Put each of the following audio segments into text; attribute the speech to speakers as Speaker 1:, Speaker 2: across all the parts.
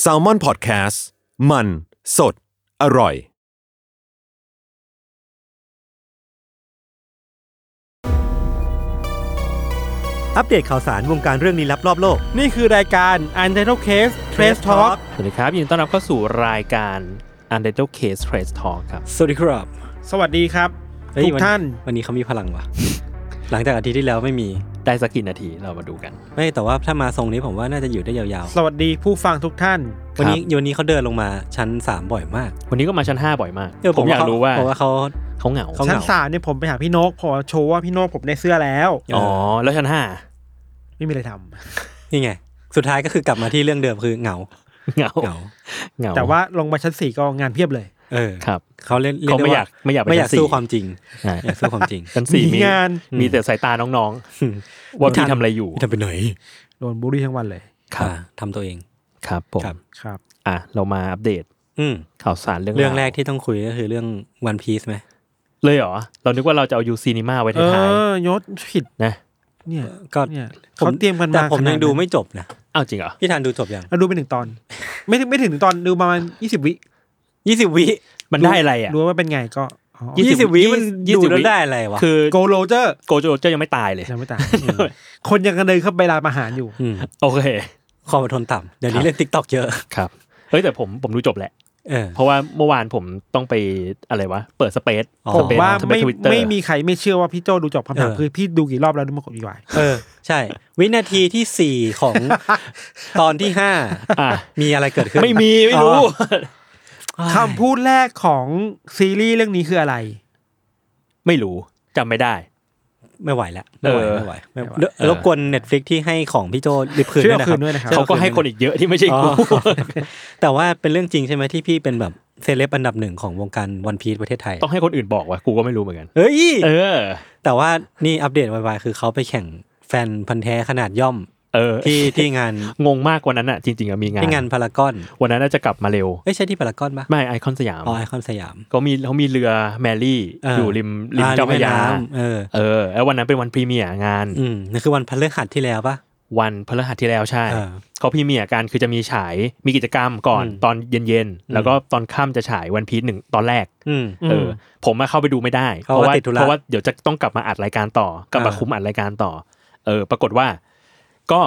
Speaker 1: แซลมอนพอดแคสต์มันสดอร่อย
Speaker 2: อัปเดตข่าวสารวงการเรื่องนี้ลับรอบโลก
Speaker 3: นี่คือรายการ u n t i t l e Case Trace Talk
Speaker 2: Talk
Speaker 3: สวัสดีครับยินดีต้อนรับเข้าสู่รายการ u n t i t l e Case Trace Talk ครับ
Speaker 2: สวัสดีครับ
Speaker 3: สวัสดีครับ
Speaker 2: เฮ้ย
Speaker 3: ทุก
Speaker 2: วั
Speaker 3: ท่าน
Speaker 2: วันนี้เขามีพลังว่ะ หลังจากอาทิตย์ที่แล้วไม่มี
Speaker 3: ได้สักกี่นาทีเรามาดูกัน
Speaker 2: ไม่แต่ว่าถ้ามาทรงนี้ผมว่าน่าจะอยู่ได้ยาว
Speaker 4: สวัสดีผู้ฟังทุกท่าน
Speaker 2: ๆ วันนี้วันนี้เขาเดินลงมาชั้น 3 บ่อยมาก
Speaker 3: วันนี้ก็มาชั้น 5 บ่อยมาก ผมอยากรู้ว่า
Speaker 2: เพราะว่าเขา
Speaker 3: เขาเหงา
Speaker 2: เขาเหง
Speaker 4: ชั้นสามเนี่ยผมไปหาพี่นกพอโชว์ว่าพี่นกผมได้เสื้อแล้ว
Speaker 3: อ๋อ แล้วชั้น
Speaker 4: ไม่มีอะไรทำ
Speaker 2: นี่ไง สุดท้ายก็คือกลับมาที่เรื่องเดิมคือเหงา
Speaker 3: 5 เหงา
Speaker 2: เหงา
Speaker 3: เหงา
Speaker 4: แต่ว่าลงมาชั้นสี่ก็งานเพียบเลย
Speaker 2: เออ
Speaker 3: ครับ
Speaker 2: เขาเล่นเรี
Speaker 3: เขา
Speaker 2: ด้
Speaker 3: ไม่
Speaker 2: ว่
Speaker 3: อยากไม่อยากไป
Speaker 2: ไม่อยาก
Speaker 3: ชั้นสี่
Speaker 2: สู้ความจริง
Speaker 3: อ่ะ
Speaker 2: อยากสู้ความจริง
Speaker 3: ชั้นสี่
Speaker 4: มี
Speaker 3: มี
Speaker 4: งาน
Speaker 3: มีแต่สายตาน้องๆ ว่า
Speaker 2: ไม่ทั
Speaker 3: พี่
Speaker 2: น
Speaker 3: ทำอะไรอยู่
Speaker 2: ทำไปไหน
Speaker 4: โดนบูลลี่ทั้งวันเลย
Speaker 2: ค่ะทำตัวเอง
Speaker 3: ครับผม
Speaker 2: ครับ
Speaker 4: ครับ
Speaker 3: อ่ะเรามาอัปเดต
Speaker 2: อืม
Speaker 3: ข่าวสารเรื่อง
Speaker 2: เรื่องแรก
Speaker 3: าว
Speaker 2: ที่ต้องคุยก็คือเรื่องวันพีซไหม
Speaker 3: เลยเหรอ เรานึกว่าเราจะเอายูซีนิมาไว้
Speaker 4: เอ
Speaker 3: ท้าย
Speaker 4: อยศผิด
Speaker 3: ๆนะ
Speaker 4: เนี่ย
Speaker 2: ก็
Speaker 4: เนี่ยเขาเตรียมกันมา
Speaker 2: แต่ผม
Speaker 4: ขนา
Speaker 2: ยังดูไม่จบนะ
Speaker 3: อ้าวจริงเหรอ
Speaker 2: พี่ธันดูจบยัง
Speaker 4: เราดูไปหนึ่งตอน ไม่ถึงไม่ถึงหนึ่งตอนดูประมาณยี่สิบวิ
Speaker 2: ยี่สิบวิ
Speaker 3: มันได้อะไรอ่ะ
Speaker 4: รู้ว่าเป็นไงก็อ๋อ
Speaker 3: ยี่
Speaker 2: ยี่
Speaker 3: สิ
Speaker 2: สิ
Speaker 3: บบ วิ
Speaker 2: วิมัน
Speaker 3: ยี่
Speaker 2: ดู
Speaker 3: สิบวิ
Speaker 2: แล้วได้อะไรวะ
Speaker 3: คือ
Speaker 4: โกโรเจอร์
Speaker 3: โกโจเจ้ายังไม่ตายเลย
Speaker 4: ยังไม่ตายคนยังกันเลยเข้าไปลาประหารอยู่
Speaker 2: ม
Speaker 3: โอเค
Speaker 2: ความอดทนต่ำเดี๋ยวนี้เล่นติ๊กต็อกเยอะ
Speaker 3: ครับ เฮ้ยแต่ผมผมดูจบแหละ
Speaker 2: เออ
Speaker 3: เพราะว่าเมื่อวานผมต้องไปอะไรวะ เปิดสเปซ
Speaker 2: อ๋อ
Speaker 3: ส
Speaker 4: ผม
Speaker 3: เปซ
Speaker 4: ว่า
Speaker 3: สเปซ
Speaker 4: ไม่
Speaker 3: ทวิตเตอร์
Speaker 4: ไม่มีใครไม่เชื่อว่าพี่โจดูจบคำถาม
Speaker 2: เออ
Speaker 4: คือพี่ดูกี่รอบแล้วดูมากดวีวาย
Speaker 2: เออ ใช่ วินาทีที่สี่ของ ตอนที่ห้า
Speaker 3: อ่ะ
Speaker 2: มีอะไรเกิดขึ้น
Speaker 3: ไม่มี ไม่รู้
Speaker 2: อ๋อ
Speaker 4: คำพูดแรกของซีรีส์เรื่องนี้คืออะไร
Speaker 3: ไม่รู้จำไม่ได้
Speaker 2: ไม่ไหวแล้วไม่ไหว
Speaker 3: เออ
Speaker 2: ไม่ไหวไม่ไหว
Speaker 4: ไม่ไหว
Speaker 2: เออรบกวนเน็ตฟลิกที่ให้ของพี่โจรีบคืน
Speaker 4: ช่วย
Speaker 2: ด้วยนะค
Speaker 4: เอา
Speaker 2: รั
Speaker 4: คื
Speaker 2: บ
Speaker 4: นด้วยนะครับ
Speaker 3: เขาก็ให้คนอีกเยอะที่ไม่ใช่กู
Speaker 2: อ๋อ แต่ว่าเป็นเรื่องจริงใช่ไหมที่พี่เป็นแบบเซเลบอันดับหนึ่งของวงการวันพีซประเทศไทย
Speaker 3: ต้องให้คนอื่นบอกว่ากูก็ไม่รู้เหมือนกัน
Speaker 2: เอ้ย
Speaker 3: เออ
Speaker 2: แต่ว่านี่อัปเดตไวๆคือเขาไปแข่งแฟนพันธ์แท้ขนาดย่อม
Speaker 3: เออ
Speaker 2: ที่ที่งาน
Speaker 3: งงมากวันนั้นอ่ะจริงๆอะมีงาน
Speaker 2: ที่งานพารากอน
Speaker 3: วันนั้นน่าจะกลับมาเร็ว
Speaker 2: เอ้ยใช่ที่พารากอนปะ
Speaker 3: ไม่ไอคอนสยาม
Speaker 2: อ๋อไอคอนสยาม
Speaker 3: เขามีเขามีเรือแมรี่
Speaker 2: เออ
Speaker 3: อ
Speaker 2: อ
Speaker 3: ยู่ริมริมเจ้าพระยา
Speaker 2: อ่ริมแม่น้ำเออ
Speaker 3: เออแล้ววันนั้นเป็นวันพรีเมียร์งาน
Speaker 2: อืมนั่นคือวันพฤหัสที่แล้วปะ
Speaker 3: วันพฤหัสที่แล้วใช่
Speaker 2: เออ
Speaker 3: เขาพรีเมียร์กันคือจะมีฉายมีกิจกรรมก่อน
Speaker 2: อืม
Speaker 3: ตอนเย็นๆ แล้วก็ตอนค่ำจะฉายวันพีชหนึ่งตอนแรก
Speaker 2: อืม
Speaker 3: เออผมมาเข้าไปดูไม่ได้
Speaker 2: เพราะว่าติดธุระ
Speaker 3: เพราะว่าเดี๋ยวจะต้องกลับมาอัดรายการต่อกลับมา
Speaker 2: อ่า
Speaker 3: คุมอัดรายการต่อ เออ ปรากฏว่า ก็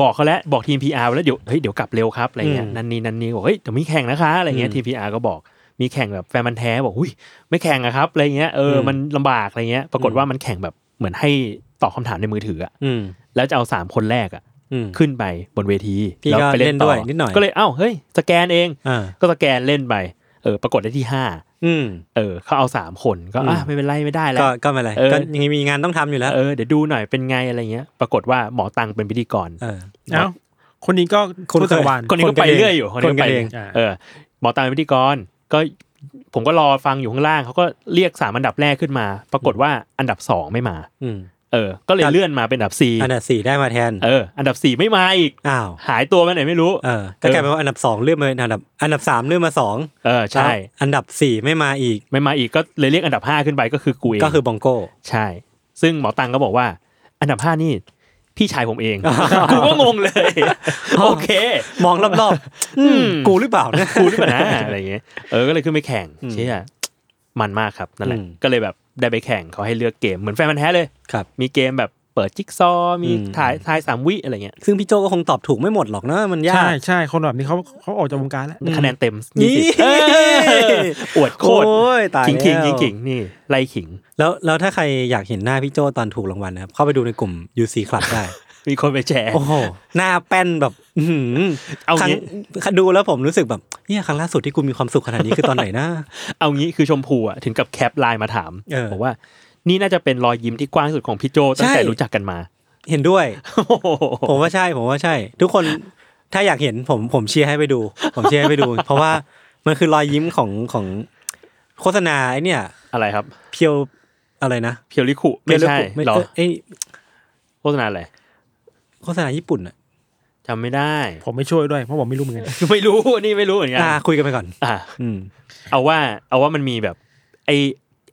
Speaker 3: บอกเขาแล้วบอกทีม PR แล้วเดี๋ยวเฮ้ยเดี๋ยวกลับเร็วครับอะไรเงี้ยนันนี่นันนี่บอกเฮ้ยเดี๋ยวมีแข่งนะคะอะไรเงี้ยทีม PR ก็บอกมีแข่งแบบแฟนมันธุ์แท้บอกอุ้ยไม่แข่งอะครับอะไรเงี้ยเอออมันลำบากอะไรเงี้ย ปรากฏว่ามันแข่งแบบเหมือนให้ตอบคำถามในมือถืออะ
Speaker 2: อืม
Speaker 3: แล้วจะเอาสามคนแรกอะ
Speaker 2: อืม
Speaker 3: ขึ้นไปบนเวที
Speaker 2: พี่ก็
Speaker 3: แไป
Speaker 2: เล่น
Speaker 3: ต่
Speaker 2: ด้วยนิดหน่อย
Speaker 3: ก็เลยเอ้าเฮ้ยสแกนเอง
Speaker 2: อ่า
Speaker 3: ก็สแกนเล่นไปเออปรากฏได้ที่ห้า
Speaker 2: อืม
Speaker 3: เออเขาเอาสามคนก็อ่ะ
Speaker 2: อืม
Speaker 3: ไม่เป็นไรไม่ได้แล้ว
Speaker 2: ก็ก็ไม่เป็นไร
Speaker 3: เออ
Speaker 2: ก็ยังมีงานต้องทำอยู่แล้ว
Speaker 3: เออเดี๋ยวดูหน่อยเป็นไงอะไรเงี้ย ปรากฏว่าหมอตังเป็นพิธีกร
Speaker 2: เออ
Speaker 4: เอ้าคนนี้ก็
Speaker 2: คน
Speaker 4: ผู้
Speaker 2: เคย
Speaker 4: สังวาน
Speaker 3: คนนี้ก็ไปเรื่อยอยู่
Speaker 2: ค
Speaker 3: คน น
Speaker 2: กั
Speaker 3: นี้
Speaker 2: น
Speaker 3: ก็ไป
Speaker 2: เอง
Speaker 3: เรื่อยเออหมอตังเป็นพิธีกรก็ผมก็รอฟังอยู่ข้างล่างเขาก็เรียกสามอันดับแรกขึ้นมา ปรากฏว่าอันดับสองไม่มา
Speaker 2: อืม
Speaker 3: เออ ก็เลย
Speaker 2: ครับ
Speaker 3: เลื่อนมาเป็นอันดับสี่
Speaker 2: อันดับสี่ได้มาแทน
Speaker 3: เออ อันดับสี่ไม่มาอีก
Speaker 2: อ้าว
Speaker 3: หายตัวไปไหนไม่รู้
Speaker 2: เออก็กลายเป็นว่าอันดับสองเลื่อนมาอันดับ อันดับสามเลื่อนมาสอง
Speaker 3: เออใช่
Speaker 2: แล้วอันดับสี่ไม่มาอีก
Speaker 3: ไม่มาอีกก็เลยเรียกอันดับห้าขึ้นไปก็คือกูเอง
Speaker 2: ก็คือบองโก้
Speaker 3: ใช่ ซึ่งหมอตังก็บอกว่า อันดับห้านี่ พี่ชายผมเอง กูก็งงเลย โอเค
Speaker 2: มองรอบๆอืมกูหรือเปล่านะ
Speaker 3: กูหรือเปล่านะอะไรอย่างเงี้ย เออ ก็เลยขึ้นไปแข่ง เชี่ยมันมากครับ นั่นแหละ
Speaker 2: อืม
Speaker 3: ก็เลยแบบได้ไปแข่งเขาให้เลือกเกม เหมือนแฟนมันธุ์แท้เลย
Speaker 2: ครับ
Speaker 3: มีเกมแบบ เปิดจิ๊กซอว์มี
Speaker 2: อืม
Speaker 3: ถ่ายทายสามวิอะไรเงี้ย
Speaker 2: ซึ่งพี่โจก็คงตอบถูกไม่หมดหรอกเนอะมันยา
Speaker 4: ใช่
Speaker 2: ก
Speaker 4: ใช่คนแบบนี้เขาเขาออกจากวงการแล้ว
Speaker 3: คะแนนเต็ม
Speaker 2: นี่
Speaker 3: ยี่สิบเอออวดโคตร
Speaker 2: โอ้ยตาย
Speaker 3: ขิงขิง
Speaker 2: แล้ว
Speaker 3: ขิงขิงนี่ไล่ขิง
Speaker 2: แล้วแล้วถ้าใครอยากเห็นหน้าพี่โจตอนถูกรางวัลนะครับ เข้าไปดูในกลุ่ม UC คลับได้
Speaker 3: มีคนไปแชร์
Speaker 2: โอ้โห หน้าแป้นแบบอื้อหือ
Speaker 3: เอา
Speaker 2: ครั้ง
Speaker 3: งี้
Speaker 2: ดูแล้วผมรู้สึกแบบเนี่ยครั้งล่าสุดที่กูมีความสุขขนาดนี้คือตอนไหนนะ
Speaker 3: เอางี้คือชมพูอ่ะถึงกับแคปไลน์มาถาม
Speaker 2: เออ
Speaker 3: บอกว่า นี่น่าจะเป็นรอยยิ้มที่กว้างที่สุดของพี่โจตั้งแต่
Speaker 2: ใช่
Speaker 3: รู้จักกันมา
Speaker 2: เห็นด้วย
Speaker 3: โอ้โห
Speaker 2: ผมว่าใช่ ผมว่าใช่ ทุกคนถ้าอยากเห็นผมผมเชียร์ให้ไปดู ผมเชียร์ให้ไปดู เพราะว่ามันคือรอยยิ้มของของโฆษณาไอเนี่ย
Speaker 3: อะไรครับ
Speaker 2: เพียวอะไรนะ
Speaker 3: เพียวริคุไม่ใช่
Speaker 2: เพียวเลือกไม่
Speaker 3: หรอ
Speaker 2: เอ้ย
Speaker 3: โฆษณาอะไร
Speaker 2: โฆษณาญี่ปุ่นอะ
Speaker 3: จำไม่ได้
Speaker 4: ผมไม่ช่วยด้วยเพราะผมไม่รู้เหมือนกัน
Speaker 3: ไม่รู้อันนี่ไม่รู้เหมือนกัน
Speaker 2: อ่ะคุยกันไปก่อน
Speaker 3: อ่ะ
Speaker 2: อืม
Speaker 3: เอาว่าเอาว่ามันมีแบบไอ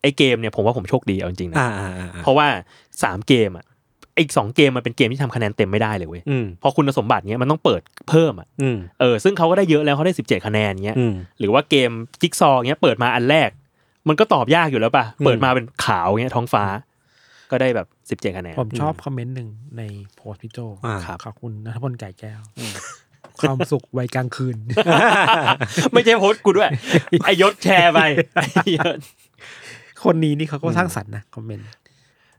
Speaker 3: ไอเกมเนี่ยผมว่าผมโชคดีเอาจริงๆนะ
Speaker 2: อ่าอ่าอ่า
Speaker 3: เพราะว่าสามเกมอ่ะไอสองเกมมันเป็นเกมที่ทำคะแนนเต็มไม่ได้เลยเว้ย
Speaker 2: อืม
Speaker 3: เพอคุณสมบัติเนี้ยมันต้องเปิดเพิ่มอ่ะ
Speaker 2: อืม
Speaker 3: เออซึ่งเขาก็ได้เยอะแล้วเขาได้สิบเจ็ดคะแนนเงี้ย
Speaker 2: อืม
Speaker 3: หรือว่าเกมจิ๊กซอว์เงี้ยเปิดมาอันแรก มันก็ตอบยากอยู่แล้วป่ะ
Speaker 2: อืม
Speaker 3: เปิดมาเป็นขาวเงี้ยท้องฟ้า ก็ได้แบบสิบเจ็ดคะแนน
Speaker 4: ผมชอบ คอมเมนต์หนึ่งในโพสต์พี่โจ
Speaker 2: อ่า
Speaker 4: ขอบคุณนัทพลไก่แก้ว ความสุขวัยกลางคืน
Speaker 3: ไม่ใช่โพสต์กูด้วย ไอยศแชร์ไป ไอยศ
Speaker 4: คนนี้นี่เขาก็สร้างสรรค์นะคอมเมนต์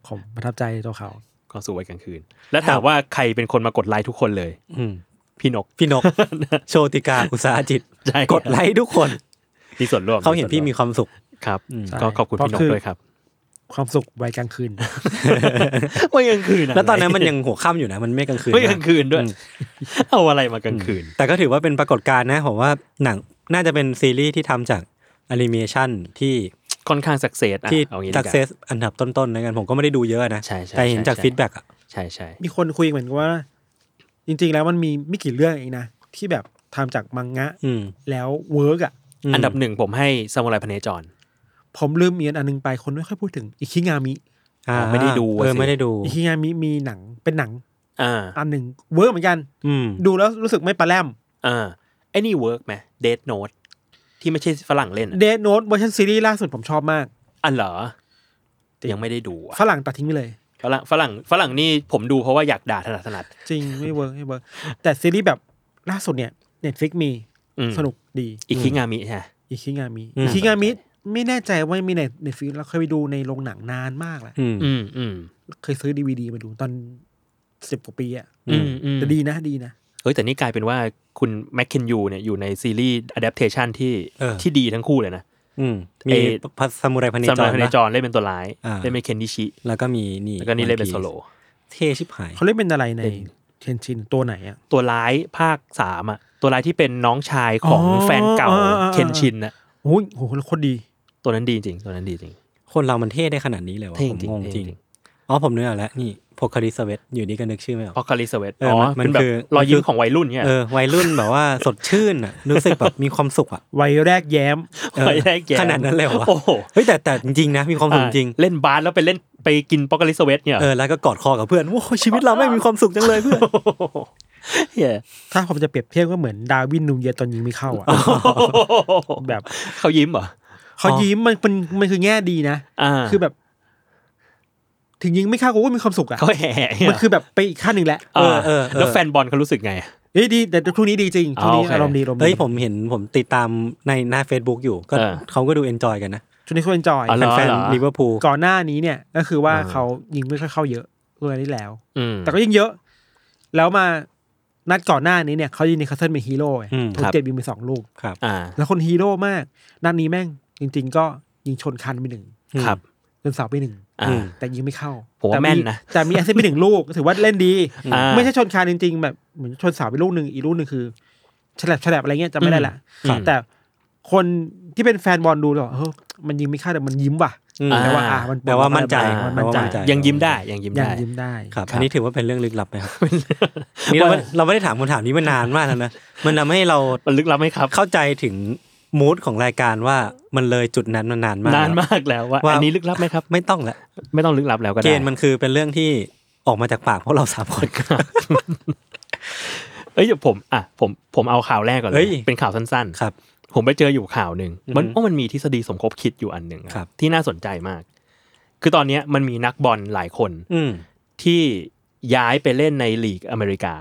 Speaker 4: ผมประทับใจตัวเขา
Speaker 3: ก็สู่ไว้กลางคืน แล้วถามว่าใครเป็นคนมากดไลค์ทุกคนเลย
Speaker 2: อืม
Speaker 3: พี่นก
Speaker 2: พี่น ก โชติกาอุตสาหจิต
Speaker 3: ใช่
Speaker 2: กดไลค์ทุกคน
Speaker 3: มีส่วนร่วม
Speaker 2: เขาเห็นพี่มี
Speaker 3: ส่วร่ว
Speaker 2: ความสุข
Speaker 3: ครับ
Speaker 2: อืม
Speaker 3: ก็ขอบคุณ
Speaker 4: เพราะ
Speaker 3: พี่นก
Speaker 4: คือ
Speaker 3: ด้วยครับ
Speaker 4: ความสุขวัยกลางคืน
Speaker 3: ไม่กลางคืนะ
Speaker 2: แล้วตอนนั้นมันยังหัวค่ำอยู่นะ มันไม่กลางคืน
Speaker 3: ไม่
Speaker 2: นะ
Speaker 3: กลางคืนด้วย เอาอะไรมากลางคืน
Speaker 2: แต่ก็ถือว่าเป็นปรากฏการณ์นะ ผมว่าหนังน่าจะเป็นซีรีส์ที่ทำจากแอนิเมชันที่
Speaker 3: ค่อนข้างสักเซสอะ
Speaker 2: ที่
Speaker 3: เอางี้ดี
Speaker 2: สั
Speaker 3: ก
Speaker 2: กเซ
Speaker 3: ว่า
Speaker 2: สอันดับต้นๆนะกันผมก็ไม่ได้ดูเยอะนะ
Speaker 3: ใช่ใช่
Speaker 2: แต่เห็นจาก
Speaker 3: ใช่
Speaker 2: ฟีดแบ็กอ่ะ
Speaker 3: ใช่ใช่
Speaker 4: มีคนคุยเหมือนกับว่า จริง ๆ แล้วมันมีไม่กี่เรื่องเองนะ ที่แบบทำจากมังงะ
Speaker 2: อืม
Speaker 4: แล้วเวิร์กอ่ะ
Speaker 2: ม
Speaker 3: อันดับหนึ่งผมให้ซามูไรพเนจร
Speaker 4: ผมลืมเมียนอันนึงไปคนไม่ค่อยพูดถึงอิคิงามิ
Speaker 2: อ่า
Speaker 3: ไม่ได้ดูอะ
Speaker 2: เออ
Speaker 3: สิ
Speaker 2: ไม่ได้ดู
Speaker 4: อิคิงามิมีหนังเป็นหนัง
Speaker 3: อ่า
Speaker 4: อันหนึ่งเวิร์กเหมือนกัน
Speaker 2: อืม
Speaker 4: ดูแล้วรู้สึกไม่ปลาแรม
Speaker 3: อ่าไอ้นี่เวิร์กไหมเดทโนตที่ไม่ใช่ฝรั่งเล่นอะ
Speaker 4: เดทโนตเวอร์ชันซีรีส์ล่าสุดผมชอบมาก
Speaker 3: อันเหรอ ยังไม่ได้ดูอะ
Speaker 4: ฝรั่งตัดทิ้งไปเลย
Speaker 3: ฝรั่งฝรั่งฝรั่งนี่ผมดูเพราะว่าอยากด่าถนัดถนัด
Speaker 4: จริง ไม่เวิร์กไม่เวิร์กแต่ซีรีส์แบบล่าสุดเนี่ยเน็ตฟิกมี
Speaker 3: อืม
Speaker 4: สนุกดี
Speaker 3: อีกคิงามิใช่ไหม
Speaker 4: อิคิงามิอิคิงามิไม่แน่ใจว่ามีในเน็ตฟิกเราเคยไปดูในโรงหนังนานมากแล้ว
Speaker 2: อืม
Speaker 3: อืมอืม
Speaker 4: เคยซื้อดีวดีมาดูตอนสิบกว่าปีอะ
Speaker 2: อื
Speaker 3: อื
Speaker 2: ม
Speaker 3: มอืม
Speaker 4: แต่ดีนะดีนะ
Speaker 3: เฮ้ยแต่นี่กลายเป็นว่าคุณแมคเคนยูเนี่ยอยู่ในซีรีส์อะดัปเทชันที่
Speaker 2: เออ
Speaker 3: ที่ดีทั้งคู่เลยนะ
Speaker 2: อืมมี
Speaker 3: เอ่อ
Speaker 2: พัสซามูไรพัน
Speaker 3: ซามูไรพเน
Speaker 2: นะ
Speaker 3: จรเล่นเป็นตัวร้าย
Speaker 2: อ่า
Speaker 3: เล่นเป็นเคนดิชิ
Speaker 2: แล้วก็มีนี่
Speaker 3: แล้วก็นี่เล่นเป็นโซโล
Speaker 2: เท่ชิบหาย
Speaker 4: เขาเล่นเป็นอะไรในเทนชินตัวไหนอะ
Speaker 3: ตัวร้ายภาคสามอ่ะตัวร้ายที่เป็นน้องชายของ
Speaker 4: อ๋อ
Speaker 3: แฟนเก่า
Speaker 4: อ่าอ่าอ่า
Speaker 3: เคนชินนะ
Speaker 4: โอ้ยโหโคตรดี
Speaker 3: ตัวนั้นดีจริงตัวนั้นดีจริง
Speaker 2: คนเรามันเท่ได้ขนาดนี้เลยวะ
Speaker 3: เท่
Speaker 2: ผม
Speaker 3: จริง
Speaker 2: งงจริง
Speaker 3: เท่จริง
Speaker 2: อ๋อผมนึกออกแล้วนี่พกคาริสเวตอยู่นี่ก็นึกชื่อไม่ออก
Speaker 3: พอคาริสเวต
Speaker 2: เออ
Speaker 3: อ๋อ
Speaker 2: มัน
Speaker 3: เป็นแบ
Speaker 2: คื
Speaker 3: บ
Speaker 2: อ
Speaker 3: รอยยิ้
Speaker 2: มัน
Speaker 3: ม
Speaker 2: คือ
Speaker 3: ของวัยรุ่นเนี่ย
Speaker 2: เออวัยรุ่น แบบว่าสดชื่นอ่ะ รู้สึกแบบมีความสุขอ่ะ
Speaker 4: วัยแรกแย้ม
Speaker 2: เออ
Speaker 3: วัยแรกแก่
Speaker 2: ขนาดนั้นเลยวะ
Speaker 3: โอ้โห
Speaker 2: เฮ้ยแต่แต่จริงๆนะมีความสุขจริง
Speaker 3: อ่าเล่นบาสแล้วไปเล่นไปกินปอกลิสเวตเนี่ย
Speaker 2: เออแล้วก็กอดคอกับเพื่อน ว้าวชีวิตเราไม่มีความสุขจังเลยเพื่อน
Speaker 3: เหี้ย
Speaker 4: ถ้าผมจะเปรียบเทียบก็เหมือนดาร์วินนูนเยตอนยิงไม่เข้าอะแบบ
Speaker 3: เขายิ้มเหรอ
Speaker 4: เขายิ้มมันมันมันคือแง่ดีนะ
Speaker 3: อ่า
Speaker 4: คือแบบ ถึงยิงไม่เข้ากูก็มีความสุขอะ
Speaker 3: เขาแห่
Speaker 4: มันคือแบบไปอีกขั้นหนึ่งแหละ
Speaker 3: เออเออแล้วแฟนบอลเขารู้สึกไง
Speaker 4: เอ้ยดีแต่ช่วงนี้ดีจริงช่วงนี้
Speaker 3: อ๋อโอเค
Speaker 4: อารมณ์ดีอารมณ์ดี
Speaker 2: เฮ้ยผมเห็นผมติดตามในหน้า Facebook อยู่ก็
Speaker 3: เออ
Speaker 2: เขาก็ดูเอนจอยกันนะ
Speaker 4: ช่วงนี้เขาเอนจอย
Speaker 3: อ๋อเหรอ
Speaker 2: แฟนลิเวอร์พูล
Speaker 4: ก่อนหน้านี้เนี่ย ก็คือว่า
Speaker 3: อ่า
Speaker 4: เขายิงไม่ค่อยเข้าเยอะเรื่องนี้แล้ว
Speaker 3: อืม
Speaker 4: แต่ก็ยิงเยอะ แล้วมานัดก่อนหน้านี้เนี่ยเขายิงในคัสเซิลเป็นฮีโร่ไง
Speaker 2: อืม
Speaker 4: ถูก
Speaker 3: ครับ
Speaker 4: เจ็บยิงไปสองลูก
Speaker 2: ครับ
Speaker 3: อ่า
Speaker 4: แล้วคนฮีโร่มาก นัดนี้แม่ง จริง ๆ ก็ยิงชนคันไปหนึ่ง
Speaker 3: ครับ
Speaker 4: จนเสาไปหนึ่ง
Speaker 3: อ่า
Speaker 4: แต่ยิงไม่เข้า
Speaker 3: ผมว่า
Speaker 4: ต่
Speaker 3: แม่นนะ
Speaker 4: แต่มีแอสเซนไปหนึ่งลูก ถือว่าเล่นดี
Speaker 3: อ่า
Speaker 4: ไม่ใช่ชนคานจริง ๆ แบบเหมือนชนเสาไปลูกหนึ่งอีกลูกหนึ่งคือฉลับฉลับอะไรเงี้ยจำไม่ได้ละแต่คนที่เป็นแฟนบอลดูแล้วบอกเออมันยิงไม่เข้าแต่มันยิ้มว่ะ
Speaker 2: อืม
Speaker 3: อ่า
Speaker 4: แต่ว่าอ่ามัน
Speaker 2: แปลว่ามั่นใจ
Speaker 4: อ่ามันมั่นใจ
Speaker 2: แปลว่ามั่นใจ
Speaker 3: ยังยิ้มได้ยังยิ้ม
Speaker 4: ยัง
Speaker 3: ได้
Speaker 4: ยิ้มได้
Speaker 2: ครับ
Speaker 3: ครับ
Speaker 2: อันนี้ถือว่าเป็นเรื่องลึกลับไหม ครับ นี่เราไม่เราไม่ได้ถามคำถามนี้มานานมากแล้วนะ มันทำให้เรา
Speaker 3: มันลึกลับไหมครับ
Speaker 2: เข้าใจถึงมูดของรายการว่ามันเลยจุดนั้นมานานมาก
Speaker 3: นาน
Speaker 2: แล้ว
Speaker 3: มากแล้วว่า
Speaker 2: ว่า
Speaker 3: อันนี้ลึกลับไหมครับ
Speaker 2: ไม่ต้องละ
Speaker 3: ไม่ต้องลึกลับแล้วก็
Speaker 2: เก
Speaker 3: ได้
Speaker 2: ณฑ์มันคือเป็นเรื่องที่ออกมาจากปากพวกเราสามคน
Speaker 3: เอ้ยเดี๋ยวผมอ่ะผมผมเอาข่าวแรกก่อนเล
Speaker 2: เฮ้
Speaker 3: ย
Speaker 2: ย
Speaker 3: เป็นข่าวสั้นๆ
Speaker 2: ครับ
Speaker 3: ผมไปเจออยู่ข่าวหนึ่งมัน
Speaker 2: อือฮึ
Speaker 3: ว่ามันมีทฤษฎีสมคบคิดอยู่อันหนึ่งอะ
Speaker 2: ครับ
Speaker 3: ที่น่าสนใจมาก คือตอนเนี้ยมันมีนักบอลหลายคน
Speaker 2: อืม
Speaker 3: ที่ย้ายไปเล่นในลีกอเมริกา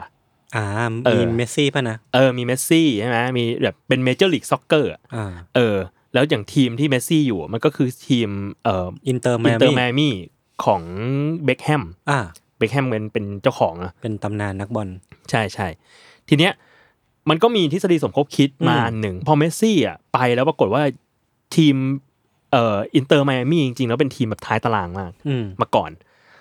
Speaker 2: อ่า
Speaker 3: เอ
Speaker 2: มี
Speaker 3: อ
Speaker 2: เมสซี่ป่ะนะ
Speaker 3: เออมีเมสซี่ใช่ไหมมีแบบเป็นเมเจอร์ลีกซ็อกเกอร์
Speaker 2: อ่า
Speaker 3: เออ แล้วอย่างทีมที่เมสซี่อยู่มันก็คือทีมเอ่อ
Speaker 2: อินเตอร์
Speaker 3: อิ
Speaker 2: แม
Speaker 3: นเตอร์ไม
Speaker 2: มี่
Speaker 3: อามี่ของเบคแฮม
Speaker 2: อ่า
Speaker 3: เบคแฮมเป็นเป็นเจ้าของอะ
Speaker 2: เป็นตำนานนักบอล
Speaker 3: ใช่ใช่ทีเนี้ยมันก็มีทฤษฎีสมคบคิดมา
Speaker 2: อืม
Speaker 3: อันหนึ่ง พอเมสซี่อ่ะไปแล้วปรากฏว่าทีมเอ่ออินเตอร์ไมอามี่จริงๆ แล้วเป็นทีมแบบท้ายตารางมาก
Speaker 2: อืม
Speaker 3: มาก่อน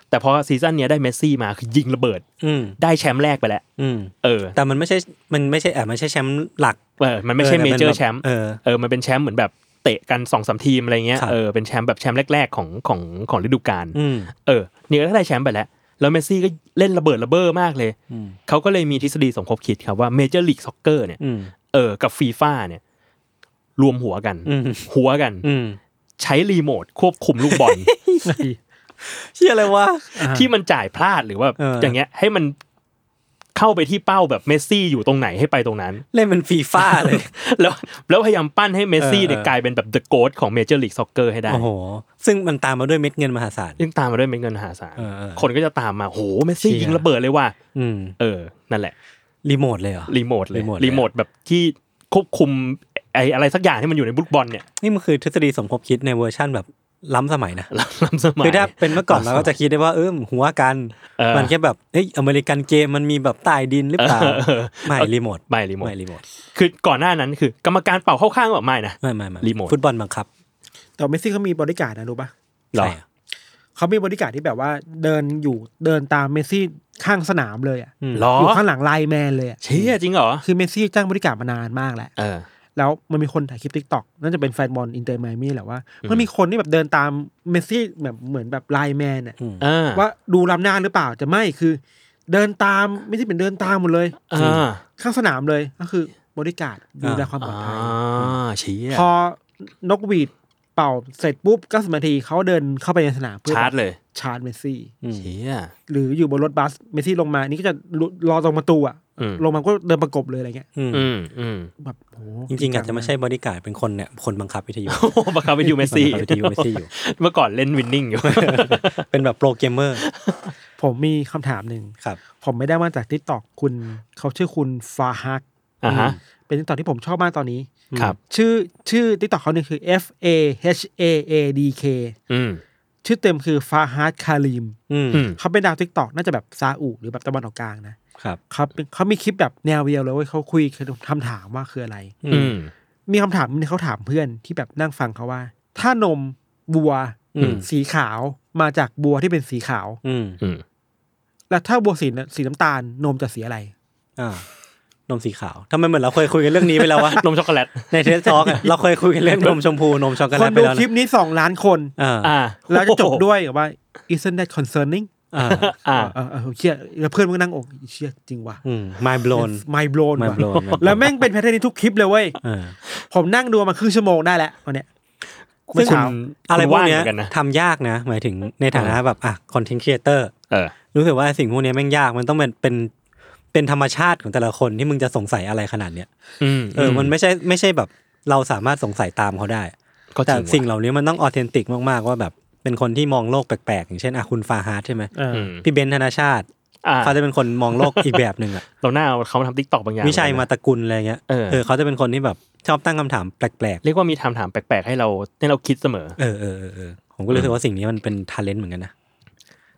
Speaker 3: แต่พอซีซั่นเนี้ยได้เมสซี่มาคือยิงระเบิด
Speaker 2: อืม
Speaker 3: ได้แชมป์แรกไปแล้ว
Speaker 2: อืม
Speaker 3: เออ
Speaker 2: แต่มันไม่ใช่ มันไม่ใช่อ่ามันไม่ใช่แชมป์หลัก
Speaker 3: เออมันไม่ใช่
Speaker 2: แต่
Speaker 3: เม
Speaker 2: น
Speaker 3: เจอ
Speaker 2: บบ
Speaker 3: ร์แชมป์
Speaker 2: เออ
Speaker 3: เออมันเป็นแชมป์เหมือนแบบเตะกันสองสามทีมอะไรเงี้ย
Speaker 2: ครับ
Speaker 3: เออเป็นแชมป์แบบแชมป์แรกๆของของของฤดูกาล
Speaker 2: อืม
Speaker 3: เออเนี่ยก็ได้แชมป์ไปแล้ว แล้วเมสซี่ก็เล่นระเบิดระเบ้อมากเลย
Speaker 2: อืม
Speaker 3: เขาก็เลยมีทฤษฎีสมคบคิดครับว่าเมเจอร์ลีกซ็อกเกอร์เนี่ย
Speaker 2: อืม
Speaker 3: เออ กับฟีฟ่าเนี่ย รวมหัวกัน
Speaker 2: อืม
Speaker 3: หัวกัน
Speaker 2: อืม
Speaker 3: ใช้รีโมทควบคุมลูกบอล
Speaker 2: เชื่ออะไรวะ
Speaker 3: ที่มันจ่ายพลาดหรือว่า
Speaker 2: เอออ
Speaker 3: อย่างเงี้ย ให้มันเข้าไปที่เป้าแบบเมสซี่อยู่ตรงไหนให้ไปตรงนั้น
Speaker 2: เล่นเป็นฟีฟ่าเลย
Speaker 3: แล้วแล้วพยายามปั้นให้เมสซี่เนี่ย
Speaker 2: เออ
Speaker 3: กลายเป็นแบบเดอะโกดของเมเจอร์ลีกซ็อกเกอร์ให้ได้
Speaker 2: โอ้โห ซึ่งมันตามมาด้วยเม็ดเงินมหาศาล
Speaker 3: ยิ่งตามมาด้วยเม็ดเงินมหาศาล
Speaker 2: เออเออ
Speaker 3: คนก็จะตามมาโหเมสซี่
Speaker 2: เชี่ย
Speaker 3: ยิงระเบิดเลยว่ะ
Speaker 2: อืม
Speaker 3: เออ นั่นแหละ
Speaker 2: รีโมทเลยเหรอ
Speaker 3: รีโมทเลย
Speaker 2: รีโมทเลย
Speaker 3: รีโมทแบบที่ควบคุมไออะไรสักอย่างที่มันอยู่ในลูกบอลเนี่ย
Speaker 2: นี่มันคือทฤษฎีสมคบคิดในเวอร์ชั่นแบบล้ำสมัยนะ
Speaker 3: ล้ำสมัย
Speaker 2: คือถ้าเป็นเมื่อก่อนเราก็จะคิดได้ว่าเออหัวกัน
Speaker 3: เออ
Speaker 2: มันแค่แบบเอ้ยอเมริกันเกมมันมีแบบใต้ดินหรือเปล่า
Speaker 3: เออ
Speaker 2: ไม่รีโมท
Speaker 3: ไม่รีโมท
Speaker 2: ไม่รีโมท
Speaker 3: คือก่อนหน้านั้นคือกรรมการเป่าเข้าข้างแบบไม่นะ
Speaker 2: ไม่ไม่ไม่
Speaker 3: รีโมท
Speaker 2: ฟุตบอลบังคับ
Speaker 4: แต่เมสซี่เขามีบริการดนะรู้ปะ
Speaker 3: เหรอ
Speaker 2: ใช่ะ
Speaker 4: เขามีบริการดที่แบบว่าเดินอยู่เดินตามเมสซี่ข้างสนามเลยอ่ะ
Speaker 2: ม
Speaker 3: เหรอ
Speaker 4: อยู่ข้างหลังไลน์แมนเลยอะ
Speaker 3: เชี่ยจริงเหรอ
Speaker 4: คือเมสซี่จ้างบริการดมานานมากแหละ
Speaker 3: เออ
Speaker 4: แล้วมันมีคนถ่ายคลิปทิกตอกน่าจะเป็นแฟนบอลอินเตอร์ไมอามี่แหละว่า มันมีคนที่แบบเดินตามเมสซี่แบบเหมือนแบบไลน์แมนอ่ะ
Speaker 2: อืม
Speaker 3: อ่า
Speaker 4: ว่าดูล้ำหน้าหรือเปล่าจะไม่คือ เดินตามไม่ใช่เป็นเดินตามหมดเลย
Speaker 3: อ่า
Speaker 4: ข้างสนามเลยก็คือบริการดดูแลความปลอด
Speaker 3: อ่า
Speaker 4: ภัย
Speaker 3: เชี่ย
Speaker 4: พอนกหวีดเป่าเสร็จปุ๊บก็สนาทีเขาเดินเข้าไปในสนามเพื่อ
Speaker 3: ชาร์จเลย
Speaker 4: ชาร์จเมสซี่
Speaker 3: เชี่ย
Speaker 4: หรืออยู่บนรถบัสเมสซี่ลงมานี่ก็จะรอตรงประตูอะ
Speaker 3: อืม
Speaker 4: ลงมาก็เดินประกบเลยอะไรเงี้ย
Speaker 2: อืม
Speaker 3: อืมอืม
Speaker 4: แบบโห
Speaker 2: จริงๆอาจจะไม่ใช่บริการดเป็นคนเนี่ยคนบังคับวิ ทยุ
Speaker 3: โอ้โหบังคับไปยูเมสซี่
Speaker 2: บังคับวิทยุเมสซี่ อยู่
Speaker 3: เมื่อก่อนเล่นวินนิ่งอยู่
Speaker 2: เป็นแบบโปรเกมเมอร์
Speaker 4: ผมมีคำถามหนึ่ง
Speaker 2: ครับ
Speaker 4: ผมไม่ได้มาจากทิกตอกคุณเขาชื่อคุณฟาฮัก
Speaker 3: อ่าฮะ
Speaker 4: เป็นทิกตอกที่ผมชอบมากตอนนี้
Speaker 3: ครับ
Speaker 4: ชื่อชื่อทิกตอกเขาเนี่ยคือ F A H A A D K
Speaker 3: อืม
Speaker 4: ชื่อเต็มคือฟาฮัดคารีม
Speaker 2: อืม
Speaker 3: อืม
Speaker 4: เขาเป็นดาวทิกตอกน่าจะแบบซาอุหรือแบบตะวันออกกลางนะครับ เขาเป็นเขามีคลิปแบบแนวเดียวเลยเว้ยเขาคุยคำถามว่าคืออะไร
Speaker 3: อืม
Speaker 4: มีคำถามหนึงเขาถามเพื่อนที่แบบนั่งฟังเขาว่า ถ้านมบัว
Speaker 3: อืม
Speaker 4: สีขาวมาจากบัวที่เป็นสีขาว
Speaker 2: อืม
Speaker 3: อืม
Speaker 4: แล้วถ้าบัวสีน้ำสีน้ำตาลนมจะสีอะไร
Speaker 2: อ่านมสีขาวทำไมเหมือนเราเคยคุยกันเรื่องนี้ไปแล้ววะ
Speaker 3: นมช็อกโกแลต
Speaker 2: ในเทสทอกเราเคยคุยกันเรื่องนมชมพูนมช็อกโก
Speaker 4: ค
Speaker 2: แล
Speaker 4: น
Speaker 2: ตไป
Speaker 4: ดู
Speaker 2: แล้ว
Speaker 4: คลิป
Speaker 2: นะ
Speaker 4: นี้สองล้านคน
Speaker 2: อ่า
Speaker 3: อ่า
Speaker 4: แล้วจะจบด้วยกับว่า isn't that concerning
Speaker 2: อ่า
Speaker 3: อ่า
Speaker 4: เออเออเออเชี่ยแล้วเพื่อนมันก็นั่งอกเชี่ยจริงว่ะ
Speaker 2: อืม mind blown
Speaker 4: ไม่โบลน
Speaker 2: mind
Speaker 4: ว่ะ
Speaker 2: blown
Speaker 4: แล้วแม่งเป็นแพทเทิร์นนี้ทุกคลิปเลยเว้ย
Speaker 2: อ่า
Speaker 4: ผมนั่งดูมาครึ่งชั่วโมงได้แล้ววันเนี้ย
Speaker 3: คุณ
Speaker 4: ซึ่ง
Speaker 2: อะไรพวกเนี้
Speaker 3: คุณว่าง
Speaker 2: ย
Speaker 3: เหมือนกันนะ
Speaker 2: ทำยากนะ หมายถึงในฐานะแบบอ่ะ content creator
Speaker 3: เออ
Speaker 2: รู้สึกว่าสิ่งพวกเนี้ยแม่งยากมันต้องเป็นเป็นเป็นธรรมชาติของแต่ละคนที่มึงจะสงสัยอะไรขนาดเนี้ย
Speaker 3: อืม
Speaker 2: เออมันไม่ใช่ไม่ใช่แบบเราสามารถสงสัยตามเขาได้
Speaker 3: ก็จ
Speaker 2: แต่
Speaker 3: ริงว่ะ
Speaker 2: สิ่งเหล่านี้มันต้องออเทนติกมากๆ ว่าแบบเป็นคนที่มองโลกแปลกๆ อย่างเช่นอ่ะคุณฟาฮาร์ดใช่ไหม
Speaker 4: เออ
Speaker 3: อืม
Speaker 2: พี่เบนซ์ธนาชาติ
Speaker 3: อ่า
Speaker 2: เขาจะเป็นคนมองโลกอีกแบบหนึ่งอะ
Speaker 3: เราหน้าเอาเขามาทำติ๊กตอกบางอย่าง
Speaker 2: วิชัยมาตระกุลอะไรเงี้ย
Speaker 3: เออ
Speaker 2: เออเขาจะเป็นคนที่แบบชอบตั้งคำถามแปลก
Speaker 3: เรียกว่ามีถามถามๆแปลกๆให้เราให้เราคิดเสมอ
Speaker 2: ๆเออเออเออเออผมก็รู้สึกว่าสิ่งนี้มันเป็นท ALEN เหมือนกันนะ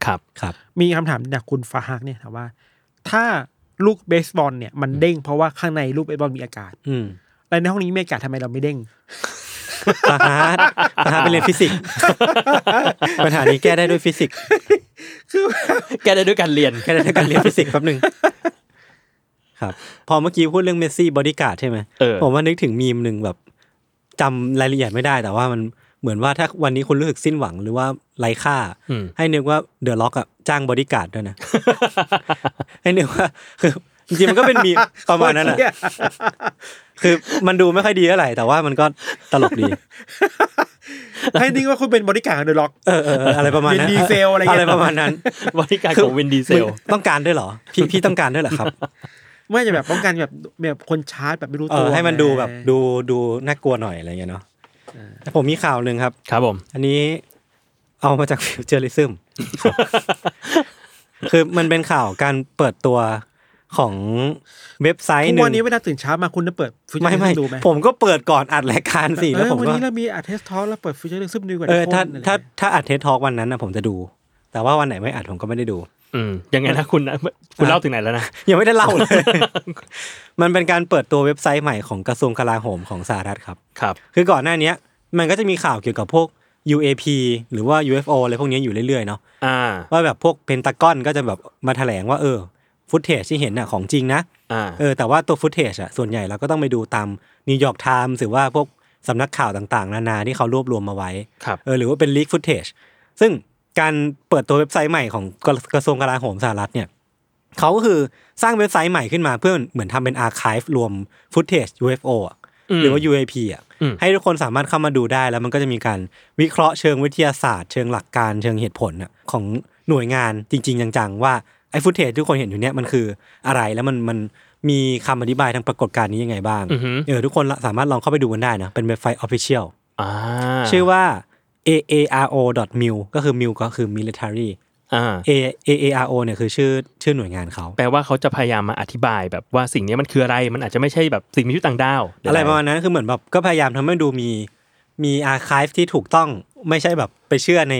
Speaker 2: ครับ ครับ
Speaker 4: มีคำถามจากคุณฟาฮักเนี่ยถามว่า ถ้าลูกเบสบอลเนี่ยมันเด้งเพราะว่าข้างในลูกเบสบอลมีอากาศ
Speaker 2: อืม
Speaker 4: แล้วในห้องนี้มีอากาศทำไมเราไม่เด้ง
Speaker 2: ฟาฮาร์ดฟาฮาร์ดเป็นเรียนฟิ สิกส์ ปัญหานี้แก้ได้ด้วยฟิสิกส์
Speaker 3: แกได้ด้วยการเรี ยน
Speaker 2: แค่ได้ด้วยการเรียนฟิสิกส์แป๊บหนึ่งครับ พอเมื่อกี้พูดเรื่องเมสซี่บอดี้การ์ดใช่ไหม
Speaker 3: เออ
Speaker 2: ผมว่านึกถึงมีมหนึ่งแบบจำรายละเอียดไม่ได้ แต่ว่ามันเหมือนว่าถ้าวันนี้คุณรู้สึกสิ้นหวังหรือว่าไร้ค่า
Speaker 3: อืม
Speaker 2: ให้นึกว่าเดอะล็อกอะจ้างบอดี้การ์ดด้วยนะ ให้นึกว่าคือจริงๆมันก็เป็นมีมประมาณนั้นอะคือมันดูไม่ค่อยดีเท่าไหร่แต่ว่ามันก็ตลกดี
Speaker 4: ให้นึกว่าคุณเป็นบริการดเดอะล็อก
Speaker 2: เออเออเอออะไรประมาณนั้น
Speaker 4: วินดีเซลอะไรเงี้ย
Speaker 2: อะไรประมาณนั้น
Speaker 3: บริการของวินดีเซล
Speaker 2: มึงต้องการด้วยเหรอ พี่พี่ต้องการด้วยเหรอครับ
Speaker 4: ไม่จะแบบป้องกันแบบแบบคนชาร์จแบบไม่รู้
Speaker 2: เอ
Speaker 4: ตัว
Speaker 2: อให้มันดูแบบดูดูน่ากลัวหน่อยอะไรเงี้ยเนาะผมมีข่าวหนึ่งครับ
Speaker 3: ครับผม
Speaker 2: อันนี้เอามาจากฟิวเจอริซึม คือมันเป็นข่าวการเปิดตัวของเว็บไซต์ห
Speaker 4: ทุก
Speaker 2: นึ่
Speaker 4: วันนี้
Speaker 2: ง
Speaker 4: เวลาตื่นเช้ามาคุณจะเปิดฟิวเจอ
Speaker 2: ไม่
Speaker 4: ร์
Speaker 2: ไม่
Speaker 4: ดูไหม
Speaker 2: ผมก็เปิดก่อนอัดรายการสิ
Speaker 4: เอ
Speaker 2: แล้ว
Speaker 4: อ
Speaker 2: ผม
Speaker 4: วัน
Speaker 2: ก็
Speaker 4: นี้เรามีอัดเทสทอแล้วเปิดฟิวเจอร์ซึมดีกว่า
Speaker 2: เออถ้า
Speaker 4: ทุกคน
Speaker 2: ถ้าถ้า
Speaker 4: อะไรเงี้ย
Speaker 2: อัดเทสทอกวันนั้นนะผมจะดู แต่ว่าวันไหนไม่อัดผมก็ไม่ได้ดู
Speaker 3: อืมยังไงนะคุณนะคุณเล่าถึงไหนแล้วนะ
Speaker 2: ยังไม่ได้เล่าเลย มันเป็นการเปิดตัวเว็บไซต์ใหม่ของกระทรวงกลาโหมของสหรัฐครับ
Speaker 3: ครับ
Speaker 2: คือก่อนหน้าเนี้ยมันก็จะมีข่าวเกี่ยวกับพวก UAP หรือว่า UFO อะไรพวกเนี้ยอยู่เรื่อยๆเนาะ
Speaker 3: อ่า
Speaker 2: ว่าแบบพวกเพนตากอนก็จะแบบมาแถลงว่าเออ ฟุตเทจที่เห็นน่ะของจริงนะ
Speaker 3: อ่า
Speaker 2: เออแต่ว่าตัวฟุตเทจอะส่วนใหญ่เราก็ต้องไปดูตามนิวยอร์กไทม์หรือว่าพวกสำนักข่าวต่างๆ นานาที่เขารวบรวมมาไว้
Speaker 3: ครับ
Speaker 2: เออหรือว่าเป็นลีกฟุตเทจซึ่งการเปิดตัวเว็บไซต์ใหม่ของกระกระทรวงกลาโหมสหรัฐเนี่ยเขาก็คือสร้างเว็บไซต์ใหม่ขึ้นมาเพื่อเหมือนทำเป็นอาร์คีฟรวมฟุตเทจ UFO อะหรือว่า UAP อ่ะ
Speaker 3: อืม
Speaker 2: ให้ทุกคนสามารถเข้ามาดูได้แล้วมันก็จะมีการวิเคราะห์เชิงวิทยาศาสตร์เชิงหลักการเชิงเหตุผลน่ะของหน่วยงานจริง ๆ จังๆว่าไอ้ฟุตเทจที่ทุกคนเห็นอยู่เนี่ยมันคืออะไรแล้วมันมันมีคำอธิบายทางปรากฏการณ์นี้ยังไงบ้าง
Speaker 3: อือฮึ
Speaker 2: เออทุกคนสามารถลองเข้าไปดูกันได้นะเป็นเว็บไซต์ official
Speaker 3: อ่า
Speaker 2: ชื่อว่า aaro.mil ก็คือ mil ก็คือ military
Speaker 3: อ่า
Speaker 2: A A A R O เนี่ยคือชื่อชื่อหน่วยงานเขา
Speaker 3: แปลว่าเขาจะพยายามมาอธิบายแบบว่าสิ่งนี้มันคืออะไร มันอาจจะไม่ใช่แบบสิ่งมีชีวิตต่างดาวห
Speaker 2: อะไรประมาณนั้นคือเหมือนแบบก็พยายามทำให้ดูมีมีอาร์คีฟที่ถูกต้องไม่ใช่แบบไปเชื่อใน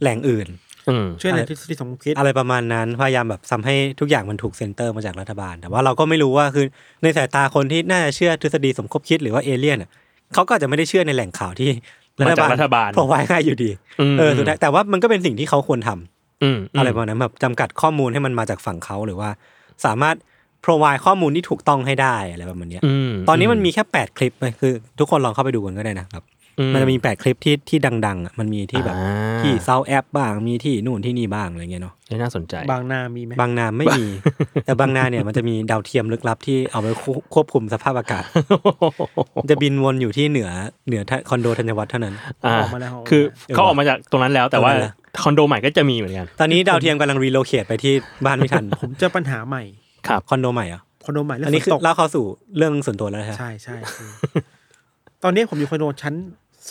Speaker 2: แหล่งอื่น
Speaker 3: อืม
Speaker 4: ช่วยในทฤษฎีสมคิด
Speaker 2: อะไรประมาณนั้นพยายามแบบทำให้ทุกอย่างมันถูกเซ็นเตอร์มาจากรัฐบาล แต่ว่าเราก็ไม่รู้ว่าคือในสายตาคนที่น่าจะเชื่อทฤษฎีสมคบคิดหรือว่าเอเลี่ยนอะเขาก็อาจจะไม่ได้เชื่อในแหล่งข่าวที่
Speaker 3: มาจากรัฐบาล
Speaker 2: พอไว้ให้อยู่ดี
Speaker 3: อืม
Speaker 2: เออสุดท้ายแต่ว่ามันก็เป็นสิ่งที่เขาควรทำ
Speaker 3: อืมม
Speaker 2: อะไรประมาณนั้นแบบจำกัดข้อมูลให้มันมาจากฝั่งเขาหรือว่า สามารถ provide ข้อมูลที่ถูกต้องให้ได้อะไรประมาณเนี้ย
Speaker 3: อืม
Speaker 2: ตอนนี้มันมีแค่ 8 คลิปเลยคือ ทุกคนลองเข้าไปดูกันก็ได้นะครับ มันจะมี 8 คลิปที่ที่ดังๆอ่ะมันมีที่แบบ
Speaker 3: อ่า
Speaker 2: ที่เซาแอปบ้างมีที่นู่นที่นี่บ้างอะไรเงี้ยเนาะ
Speaker 3: เอ้ยน่าสนใจ
Speaker 4: บางนามีไหม
Speaker 2: บางนาไม่มี แต่บางนาเนี่ยมันจะมีดาวเทียมลึกลับที่เอาไว้ควควบคุมสภาพอากาศ มันจะบินวนอยู่ที่เหนือเหนือคอนโดธัญวัฒน์เท่านั้น
Speaker 3: อ่า
Speaker 4: ออกมาแล้วกมา
Speaker 3: คือ
Speaker 4: แล้ว
Speaker 3: เขาออกมาจากตรงนั้นแล้วแต่ว่า
Speaker 2: ตรงนั้นแล้ว
Speaker 3: คอนโดใหม่ก็จะมีเหมือนกัน
Speaker 2: ตอนนี้ดาวเทียมกำลังรีโลเคทไปที่บ้านไม่ทัน
Speaker 4: ผมเจอปัญหาใหม่
Speaker 3: ครับ
Speaker 2: คอนโดใหม่เหรอ่ะ
Speaker 4: คอนโดใหม่เรื่อ
Speaker 2: อัน
Speaker 4: ง
Speaker 2: นี้
Speaker 4: ฝ
Speaker 2: คือน
Speaker 4: ตก
Speaker 2: เล่าเข้าสู่เรื่องส่วนตัวแล้วใช่ไหม
Speaker 4: ใช่ใช่คือตอนนี้ผมอยู่คอนโดชั้น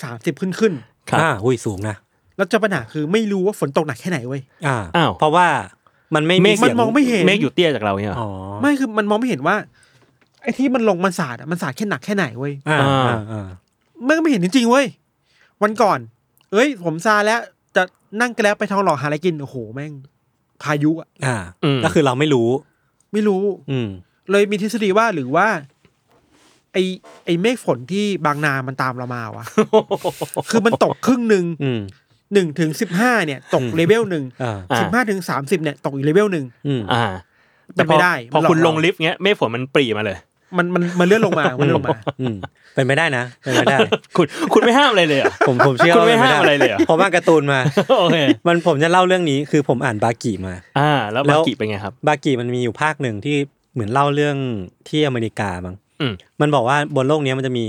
Speaker 4: สามสิบขึ้นขึ้น
Speaker 3: ครับ
Speaker 2: อ่าหุ้ยสูงนะ
Speaker 4: ๆแล้วเจอปัญหาคือไม่รู้ว่าฝนตกหนักแค่ไหนเว้ย
Speaker 2: อ่า
Speaker 3: อ้าว
Speaker 2: เพราะว่ามันไม่
Speaker 3: เมฆ
Speaker 2: เสีย
Speaker 4: นมองไม่เห็น
Speaker 3: เมฆอยู่เตี้ยจากเราเนี่ยเหรอ
Speaker 2: อ๋อ
Speaker 4: ไม่คือมันมองไม่เห็นว่า ไอ้ที่มันลงมันสาดอะมันสาดแค่หนักแค่ไหนเว้ย
Speaker 2: อ่า
Speaker 3: อ่า
Speaker 2: อ่าอ่า
Speaker 4: มันก็ไม่เห็นจริงๆเว้ย วันก่อน เอ้ย ผมซาแล้ว จะนั่งแกล้บไปทองหล่อหาอะไรกิน โอ้โห แม่ง พายุอะ
Speaker 2: อ่า
Speaker 3: อืม
Speaker 2: ก็คือเราไม่รู้
Speaker 4: ไม่รู้
Speaker 2: อืม
Speaker 4: เลยมีทฤษฎีว่าหรือว่า ไอไอเมฆฝนที่บางนามันตามเรามาวะ คือมันตกครึ่งหนึ่ง
Speaker 2: อืม
Speaker 4: หนึ่งถึงสิบห้าเนี่ย ตก
Speaker 2: อืม
Speaker 4: เลเวลหนึ่ง
Speaker 2: อ่า
Speaker 3: อ่า
Speaker 4: สิบห้าถึงสามสิบเนี่ย ตกอีกเลเวลหนึ่ง
Speaker 2: อืม
Speaker 3: อ่า
Speaker 4: แต่ไม่ได้
Speaker 3: พอ
Speaker 4: มันหลอก
Speaker 3: คุณลง
Speaker 4: เรา
Speaker 3: ลิฟต์เงี้ยเมฆฝนมันปรีมาเลย
Speaker 4: มันมันมันเลื่อนล งมามันเลื่อนลงมา
Speaker 2: อืม เป็นไปได้นะ เป็นไปได้
Speaker 3: คุณคุณไม่ห้ามอะไรเลยเหรอ
Speaker 2: ผมผมเชื่อ
Speaker 3: คุณ
Speaker 2: ว่า
Speaker 3: ไม่
Speaker 2: เป็นปด้
Speaker 3: ห้ามอะไรเลยเหรอ
Speaker 2: ผมอ่านการ์ตูนมา
Speaker 3: โอเค
Speaker 2: มันผมจะเล่าเรื่องนี้คือผมอ่านบากิมา
Speaker 3: อ่า แล้ว
Speaker 2: แล้
Speaker 3: มาว กิเป็นไงครับ
Speaker 2: บากิมันมีอยู่ภาคหนึ่งที่เหมือนเล่าเรื่องที่อเมริกาบ้าง
Speaker 3: อืม
Speaker 2: มันบอกว่าบนโลกเนี้ยมันจะมี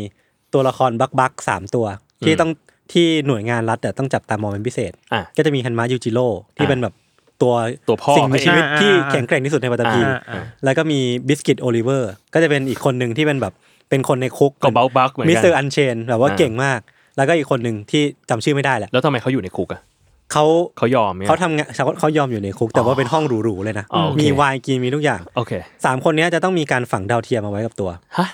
Speaker 2: ตัวละครบักบักสามตัว ที่
Speaker 3: อืม
Speaker 2: ต้องที่หน่วยงานรัฐแต่ต้องจับตามองเป็นพิเศษ
Speaker 3: อ่า
Speaker 2: ก็จะมีฮันมายูจิโร่ที่
Speaker 3: อ่า
Speaker 2: เป็นแบบตัว
Speaker 3: ตัวพ่อ
Speaker 2: สิ่งมีชีวิต
Speaker 4: อ่า
Speaker 2: ที่
Speaker 4: อ่า
Speaker 2: แข็งแกร่งที่สุดในปัตตภี
Speaker 3: อ่าอ่า
Speaker 2: แล้วก็มีบิสกิตโอลิเวอร์ก็จะเป็นอีกคนหนึ่งที่เป็นแบบเป็นคนในคุก
Speaker 3: ก็เบาบักเหมือน
Speaker 2: มิส
Speaker 3: กั
Speaker 2: เตอร์อันเชนแบบว่า
Speaker 3: อ่า
Speaker 2: เก่งมาก แล้วก็อีกคนหนึ่งที่จำชื่อไม่ได้แหละ
Speaker 3: แล้วทำไมเขาอยู่ในคุกอ่ะ
Speaker 2: เขา
Speaker 3: เขายอมเนี่ย
Speaker 2: เขาทำงานเขาเขายอมอยู่ในคุก แต่ว่าเป็นห้องหรูๆเลยนะ
Speaker 3: อ๋อโอเค
Speaker 2: มีไวน์กินมีทุกอย่าง
Speaker 3: โอเค
Speaker 2: สามคนเนี้ยจะต้องมีการฝังดาวเทียมเอาไว้กับตัว
Speaker 3: ฮะ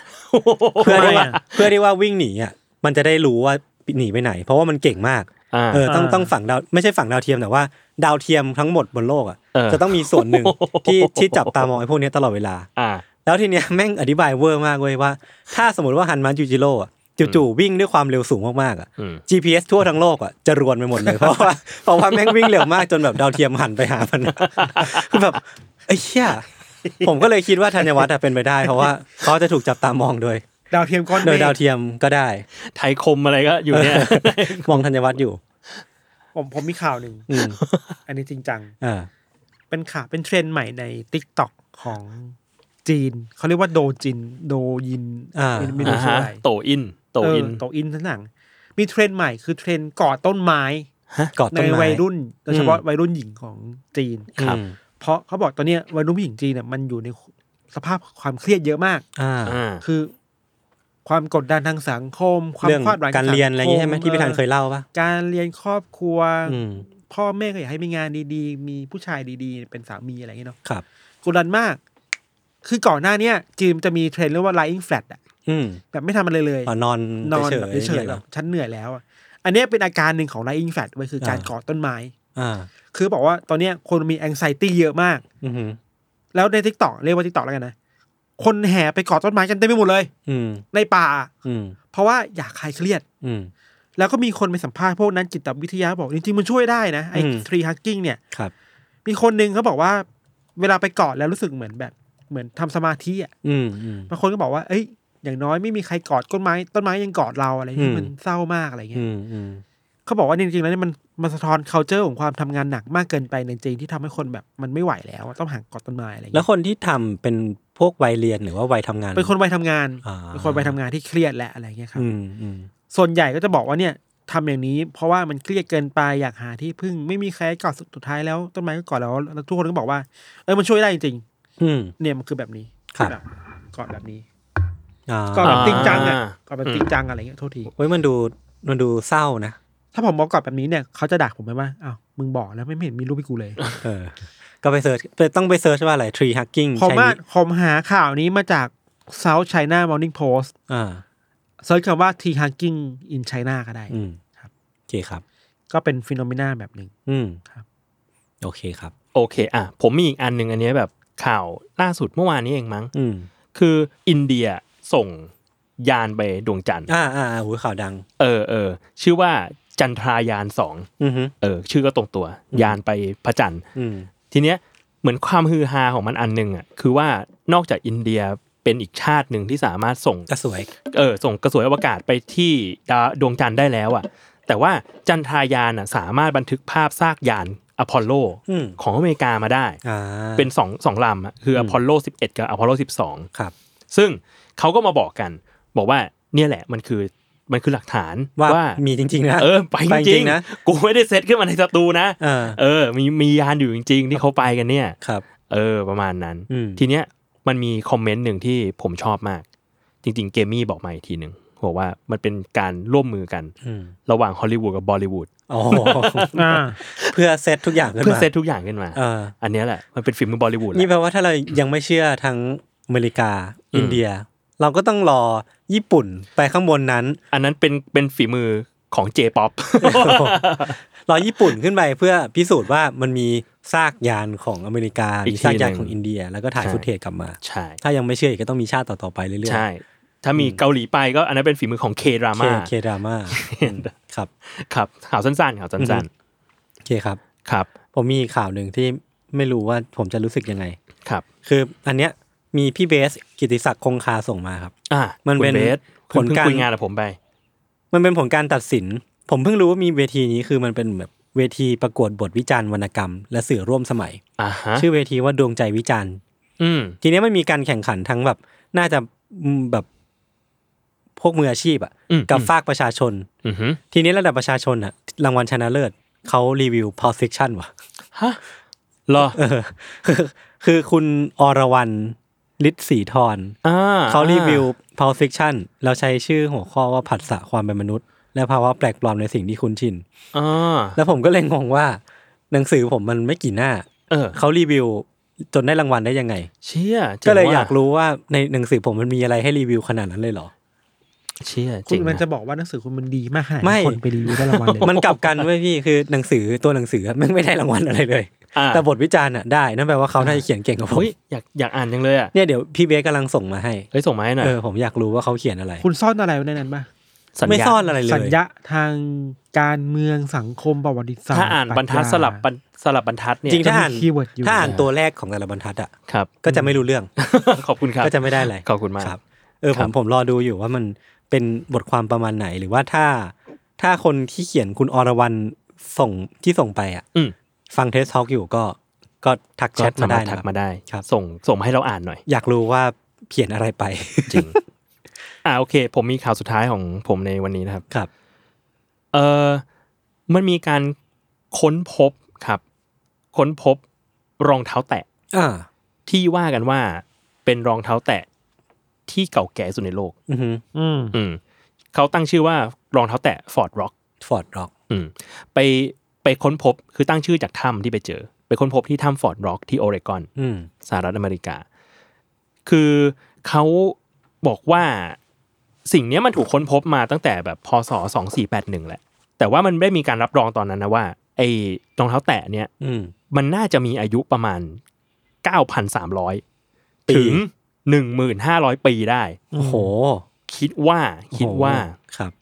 Speaker 2: เพื่อที่ว่า
Speaker 4: ทำไมอะ
Speaker 2: เพื่อที่ว่าวิ่งหนีอ่ะมันจะได้รู้ว่าหนีไปไหน เพราะว่ามันเก่งมาก
Speaker 3: อ่า
Speaker 2: เออต้อง
Speaker 4: อ่า
Speaker 2: ต้องฝั่งดาวไม่ใช่ฝั่งดาวเทียมแต่ว่า ดาวเทียมทั้งหมดบนโลกอ่ะ
Speaker 3: เออ
Speaker 2: จะต้องมีส่วนหนึ่ง ที่ที่จับตามองไอ้พวกเนี้ยตลอดเวลา
Speaker 3: อ่า
Speaker 2: แล้วทีเนี้ยแม่งอธิบายเวอร์มากเว้ยว่า ถ้าสมมติว่าฮันมาจูจิโร่อะจู่ๆวิ่งด้วยความเร็วสูงมากๆอ่ะ
Speaker 3: อืม
Speaker 2: GPS ทั่วทั้งโลกอ่ะจะรวนไปหมดเลยเพราะว่าเพราะว่าแม่งวิ่งเร็วมากจนแบบดาวเทียมหันไปหามัน คือแบบไอ้เหี้ยผมก็เลยคิดว่าธัญวัฒน์อะเป็นไปได้ เพราะว่าเขาจะถูกจับตามองโดย
Speaker 4: ดาวเทียมก้อน
Speaker 2: โด
Speaker 4: เม
Speaker 2: ย
Speaker 4: ฆ
Speaker 2: ดาวเทียมก็ได้
Speaker 3: ไทยคมอะไรก็อยู่เนี่ย
Speaker 2: มองธัญวัฒน์อยู่
Speaker 4: ผมผมมีข่าวหนึ่ง
Speaker 2: อืม
Speaker 4: อันนี้จริงจัง
Speaker 2: อ่า
Speaker 4: เป็นข่าวเป็นเทรนด์ใหม่ใน t ิ k t o k ของจีน เขาเรียกว่าโดจิน โดยิน
Speaker 2: อ่า
Speaker 4: ไม่รู้
Speaker 3: อ่า
Speaker 4: ชื่อ
Speaker 3: ฮะ
Speaker 4: อะไร
Speaker 3: โตอิน โตอิน
Speaker 4: เโตอินทั้งหนังมีเทรนด์ใหม่คือเทรนด์ก่อต้นไม้
Speaker 2: กอด
Speaker 4: ใน
Speaker 2: ต้นไม้
Speaker 4: วัยรุ่นโดยเฉพาะ
Speaker 2: อืม
Speaker 4: วัยรุ่นหญิงของจีน
Speaker 2: ครับ
Speaker 4: เพราะเขาบอกตอนเนี้ยวัยรุ่นผู้หญิงจีนเนี่ยมันอยู่ในสภาพความเครียดเยอะมาก
Speaker 2: อ่า
Speaker 3: อ่า
Speaker 4: คือ ความกดดันทางสังคม ความ
Speaker 2: เรื่อง
Speaker 4: คาดหวัง
Speaker 2: การเรียนอะไรอย่างงี้ใช่ไหม
Speaker 4: สังค
Speaker 2: ที่พี่ธันเคยเล่าปะ
Speaker 4: การเรียนครอบครัว
Speaker 2: อืม
Speaker 4: พ่อแม่ก็อยากให้มีงานดีๆ มีผู้ชายดีๆ เป็นสามีอะไรอย่างเงี้ยเนาะ
Speaker 2: ครับ
Speaker 4: กดดันมาก คือก่อนหน้าเนี้ยจีมจะมีเทรนด์เรียกว่า lying flat อะ
Speaker 2: อืม
Speaker 4: แบบไม่ทำอะไรเลย
Speaker 2: อ๋อนอน
Speaker 4: นอน
Speaker 2: เฉ
Speaker 4: แบบ
Speaker 2: ยๆ
Speaker 4: เฉยๆ
Speaker 2: นี่ห
Speaker 4: แบ
Speaker 2: รอ
Speaker 4: บฉันเหนื่อยแล้วอะอันเนี้ยเป็นอาการหนึ่งของ lying flat ไว้ยคือการ
Speaker 2: อ่า
Speaker 4: กอดต้นไม้
Speaker 2: อ่า
Speaker 4: คือบอกว่าตอนเนี้ยคนมี anxiety เยอะมาก
Speaker 2: อืม
Speaker 4: แล้วในทิกตอกเรียกว่าทิกตอกแล้วกันนะ คนแห่ไปกอดต้นไม้กันเต็มไปหมดเลย
Speaker 2: อืม
Speaker 4: ในป่า
Speaker 2: อืม
Speaker 4: เพราะว่าอยากคลายเครียด
Speaker 2: อืม
Speaker 4: แล้วก็มีคนไปสัมภาษณ์พวกนั้นจิตวิทยาบอกจริงๆมันช่วยได้นะไอ้
Speaker 2: อืม
Speaker 4: ทรีฮักกิ้งเนี่ย
Speaker 2: ครับ
Speaker 4: มีคนหนึ่งเขาบอกว่า เวลาไปกอดแล้วรู้สึกเหมือนแบบเหมือนทำสมาธิอ่ะ
Speaker 2: อืมอืม
Speaker 4: บางคนก็บอกว่าเอ้ยอย่างน้อยไม่มีใครกอดต้นไม้ ต้นไม้ยังกอดเราอะไร
Speaker 2: อื
Speaker 4: ที่
Speaker 2: ม
Speaker 4: มันเศร้ามากอะไร
Speaker 2: อื
Speaker 4: เงี้ย
Speaker 2: มอืม
Speaker 4: เขาบอกว่าจริงๆแล้วเนี่ยมันมันสะท้อน c u เจอร์ของความทำงานหนักมากเกินไปในจีนที่ทำให้คนแบบมันไม่ไหวแล้วอะต้องห่างกอดต้นไม้อะไร
Speaker 2: แล้
Speaker 4: เงี้
Speaker 2: วย คนที่ทำเป็นพวกวัยเรียนหรือว่าวัยทำงาน
Speaker 4: เป็นคนวัยทำงาน
Speaker 2: อ่า
Speaker 4: เป็นคนวัยทำงานที่เครียดและอะไรเงี้ยครับ
Speaker 2: อืมอืม
Speaker 4: ส่วนใหญ่ก็จะบอกว่าเนี่ยทำอย่างนี้ เพราะว่ามันเครียดเกินไปอยากหาที่พึ่งไม่มีใครให้กอดสุดท้ายแล้วต้นไม้ก็กอดแล้วแล้วทุกคนก็บอกว่าเออมันช่วยได้จริง
Speaker 2: อืม
Speaker 4: ๆเนี่ยมันคือแบบนี้
Speaker 2: ครับ
Speaker 4: แบบกอดแบบนี้
Speaker 2: อ่าก
Speaker 4: อดแบบจริงจังอ่ะ
Speaker 3: อ่าก
Speaker 4: อดแบบ
Speaker 3: อืม
Speaker 4: จริงจังอะไรเงี้ยโทษที
Speaker 2: เฮ้ยมันดูมันดูเศร้านะ
Speaker 4: ถ้าผมบอกกอดแบบนี้เนี่ยเขาจะด่าผมไหมว่าอ้าวมึงบอกแล้วไม่เห็นมีรูปให้กูเลย
Speaker 2: เออ ก็ไปเสิร์ชต้องไปเสิร์ชว่าอะไร tree hugging
Speaker 4: ผมว่า
Speaker 2: ใช่ไห
Speaker 4: ผมหาข่าวนี้มาจาก South China Morning Post
Speaker 2: อ่า
Speaker 4: เซิร์ชคำว่า tea hugging in China ก็ได้
Speaker 2: อืม
Speaker 4: ครับ
Speaker 2: โอเคครับ
Speaker 4: ก็เป็นฟิโนเมนาแบบหนึ่ง
Speaker 2: อืม
Speaker 4: ครับ
Speaker 2: โอเคครับ
Speaker 3: โอเคอ่ะผมมีอีกอันหนึ่งอันเนี้ยแบบข่าวล่าสุดเมื่อวานนี้เองมั้ง
Speaker 2: อืม
Speaker 3: คืออินเดียส่งยานไปดวงจันทร์
Speaker 2: อ่าอ่าอ่าหูข่าวดัง
Speaker 3: เออเออชื่อว่าจันทรายานสอง
Speaker 2: อือฮึ
Speaker 3: เออ ชื่อก็ตรงตัว ยานไปพระจันทร์
Speaker 2: อืม
Speaker 3: ทีเนี้ยเหมือนความฮือฮาของมันอันหนึ่งอ่ะคือว่านอกจากอินเดียเป็นอีกชาติหนึ่งที่สามารถส่ง
Speaker 2: ก็สวย
Speaker 3: เออส่งกระสวยอวกาศไปที่ดาวดวงจันทร์ได้แล้วอ่ะ แต่ว่าจันทรายานอ่ะสามารถบันทึกภาพซากยานอพอลโล
Speaker 2: อืม
Speaker 3: ของอเมริกามาได้
Speaker 2: อ่า
Speaker 3: เป็นสองสองลำอะคืออพอลโล 11 กับอพอลโล
Speaker 2: ครับ
Speaker 3: 12 ซึ่งเขาก็มาบอกกัน บอกว่าเนี่ยแหละมันคือมันคือหลักฐาน
Speaker 2: ว่ามีจริงๆนะ
Speaker 3: เออไป
Speaker 2: ไป
Speaker 3: จ
Speaker 2: จริ
Speaker 3: ริง
Speaker 2: งๆ
Speaker 3: ๆ
Speaker 2: นะ
Speaker 3: นะกูไม่ได้เซตขึ้นมาในสตูนะ
Speaker 2: เออ
Speaker 3: เออ มีมียานอยู่จริง ๆ ที่เขาไปกันเนี่ย
Speaker 2: ครับ
Speaker 3: เออ ประมาณนั้น
Speaker 2: อืม
Speaker 3: ทีเนี้ยมันมีคอมเมนต์หนึ่งที่ผมชอบมาก จริง ๆ เกมมี่บอกมาอีกทีหนึ่งบอกว่ามันเป็นการร่วมมือกัน
Speaker 2: อืม
Speaker 3: ระหว่างฮอลลีวูดกับบอลลีวูด
Speaker 2: อ๋อ เพื่อเซตทุกอย่างขึ้นมา
Speaker 3: เพื่อเซตทุกอย่างขึ้นมา
Speaker 2: เออ
Speaker 3: อันเนี้ยแหละ มันเป็นฝีมือบอลลีวูดแห
Speaker 2: นี่
Speaker 3: ละ
Speaker 2: แปลว่าถ้าเรายังไม่เชื่อทั้งอเมริกา
Speaker 3: อืม
Speaker 2: อินเดีย เราก็ต้องรอญี่ปุ่นไปข้างบน นั้น
Speaker 3: อันนั้นเป็นเป็นฝีมือของเจป๊อ ป
Speaker 2: รอญี่ปุ่นขึ้นไปเพื่อพิสูจน์ว่ามันมีซากยานของอเมริกา
Speaker 3: อีก
Speaker 2: มีซากยาน
Speaker 3: ทีหนึ่ง
Speaker 2: ของอินเดีย แล้วก็ถ่าย
Speaker 3: ใช่
Speaker 2: ฟุตเทจกลับมา
Speaker 3: ใช่
Speaker 2: ถ้ายังไม่เชื่ออีกก็ต้องมีชาติต่อ ๆ ไปเรื่อยๆ
Speaker 3: ใช่ ถ้ามีเกาหลีไปก็อันนั้นเป็นฝีมือของเคดรา
Speaker 2: เค
Speaker 3: ม่า
Speaker 2: เคดราม่าครับ
Speaker 3: ครับข่าวสั้นๆข่าวสั้น
Speaker 2: โอเคครับ
Speaker 3: ๆครับ
Speaker 2: ผมมีข่าวหนึ่งที่ไม่รู้ว่าผมจะรู้สึกยังไง
Speaker 3: ครับ
Speaker 2: คืออันเนี้ยมีพี่เบสกิติศักดิ์คงคาส่งมาครับ
Speaker 3: อ่ะ
Speaker 2: มัน
Speaker 3: คุณ
Speaker 2: เป็น
Speaker 3: บส
Speaker 2: ผล
Speaker 3: เพิ่ง
Speaker 2: การ
Speaker 3: คุยงานกับผมไป
Speaker 2: มันเป็นผลการตัดสิน ผมเพิ่งรู้ว่ามีเวทีนี้คือมันเป็นแบบเวทีประกวดบทวิจารณ์วรรณกรรม และสื่อร่วมสมัย
Speaker 3: อ่าฮะ
Speaker 2: ชื่อเวทีว่าดวงใจวิจารณ์
Speaker 3: อืม
Speaker 2: ทีเนี้ยมันมีการแข่งขันทั้งแบบ น่าจะอืมแบบพวกมืออาชีพอะ
Speaker 3: อืม
Speaker 2: กับฝากประชาชน
Speaker 3: อือฮึ
Speaker 2: ทีนี้ระดับประชาชนอะรางวัลชนะเลิศเขารีวิว pulp fiction ว่ะ
Speaker 3: ฮะเหรอ
Speaker 2: เออคือคือคุณอรวรรณฤทธิ์ศรีทร
Speaker 3: อ่า
Speaker 2: เขารีวิว pulp fiction แล้วใช้ชื่อหัวข้อว่าผัสสะความเป็นมนุษย์ และภาวะแปลกปลอมในสิ่งที่คุ้นชิน
Speaker 3: อ่า
Speaker 2: แล้วผมก็เลยงงว่า หนังสือผมมันไม่กี่หน้า
Speaker 3: เออ
Speaker 2: เขารีวิวจนได้รางวัลได้ยังไง
Speaker 3: เชี่ยจ๋ง
Speaker 2: ก็เลย
Speaker 3: ว่ะ
Speaker 2: อยากรู้ว่าในหนังสือผมมันมีอะไรให้รีวิวขนาดนั้นเลยเหรอ
Speaker 3: เชี่ย
Speaker 4: คุ
Speaker 3: เจ๋
Speaker 4: ณ
Speaker 3: ง
Speaker 4: มันจะ
Speaker 3: นะ
Speaker 4: บอกว่าหนังสือคุณมันดีมากขนาด
Speaker 2: ไม่
Speaker 4: ที่คนไปรีวิวได้ รางวัลเลย
Speaker 2: มันกลับกันเว้ยพี่คือหนังสือตัวหนังสือไม่งไม่ได้รางวัลอะไรเลย
Speaker 3: อ่า
Speaker 2: แต่บทวิจารณ์อ่ะได้นั่นแปลว่าเขาน่าจะเขียนเก่งกว่าผม
Speaker 3: เฮ้ยอยากอยากอ่านจังเลยอ่ะ
Speaker 2: เนี่ยเดี๋ยวพี่เบสกำลังส่งมาให้
Speaker 3: เฮ้ยส่งมาให้หน่อย
Speaker 2: เออผมอยากรู้ว่าเขาเขียนอะไร
Speaker 4: คุณซ่อนอะไรไว้ในนั้นปะ
Speaker 3: สัญ
Speaker 2: ไม่
Speaker 3: ญา
Speaker 2: ซ่อนอะไรเลย
Speaker 4: สัญญะทางการเมืองสังคมประวัติศาสตร์
Speaker 3: ถ้าอ่านบรรทัด
Speaker 4: ปชญ
Speaker 3: สลับบันสลับบรรทัดเนี่ย
Speaker 2: จริงถ้าอ่าน
Speaker 4: จะมี keyword อยู่
Speaker 2: ถ้าอ่านตัวแรกของแต่ละบรรทัดอ่ะ
Speaker 3: ครับ
Speaker 2: ก็จะไม่รู้เรื่อง
Speaker 3: ขอบคุณครับ
Speaker 2: ก็จะไม่ได้อะไร
Speaker 3: ขอบคุณมาก
Speaker 2: ครับ เออ
Speaker 3: ค
Speaker 2: ผ
Speaker 3: รับ
Speaker 2: มผมรอดูอยู่ว่ามันเป็นบทความประมาณไหน หรือว่าถ้าถ้าคนที่เขียนคุณอรวรรณส่งที่ส่งไปอ่ะ
Speaker 3: อืม
Speaker 2: ฟังเทสทอกอยู่ก็ก็ทักแช
Speaker 3: ก็
Speaker 2: ท
Speaker 3: สา
Speaker 2: มาได้
Speaker 3: มารถ
Speaker 2: นะค
Speaker 3: ทั
Speaker 2: รั
Speaker 3: ก
Speaker 2: บ
Speaker 3: มาได้
Speaker 2: ครับ
Speaker 3: ส่งส่งมาให้เราอ่านหน่อย
Speaker 2: อยากรู้ว่าเขียนอะไรไป
Speaker 3: จริง อ่าโอเค ผมมีข่าวสุดท้ายของผมในวันนี้นะครับ
Speaker 2: ครับ
Speaker 3: เออมันมีการค้นพบครับ ค้นพบรองเท้าแตะ
Speaker 2: อ่า
Speaker 3: ที่ว่ากันว่าเป็นรองเท้าแตะที่เก่าแก่สุดในโลก
Speaker 2: อือฮึ
Speaker 4: อืม
Speaker 3: อืมเขาตั้งชื่อว่ารองเท้าแตะฟอร์ดร็อก
Speaker 2: ฟอร์ดร็อก
Speaker 3: ไป ไปค้นพบคือตั้งชื่อจากถ้ำที่ไปเจอ ไปค้นพบที่ถ้ำฟอร์ดร็อกที่โอเรกอน
Speaker 2: อืม
Speaker 3: สหรัฐอเมริกา คือเขาบอกว่าสิ่งเนี้ยมันถูกค้นพบมาตั้งแต่แบบพศ2481 แหละ แต่ว่ามันไม่ได้มีการรับรองตอนนั้นนะว่า ไอ้รองเท้าแตะเนี่ย
Speaker 2: อืม
Speaker 3: มันน่าจะมีอายุประมาณ 9,300
Speaker 2: ปี
Speaker 3: ถึง 1,500 ปีได้
Speaker 2: โอ้โห
Speaker 3: คิดว่าคิดว่า
Speaker 2: โอ้โหครับ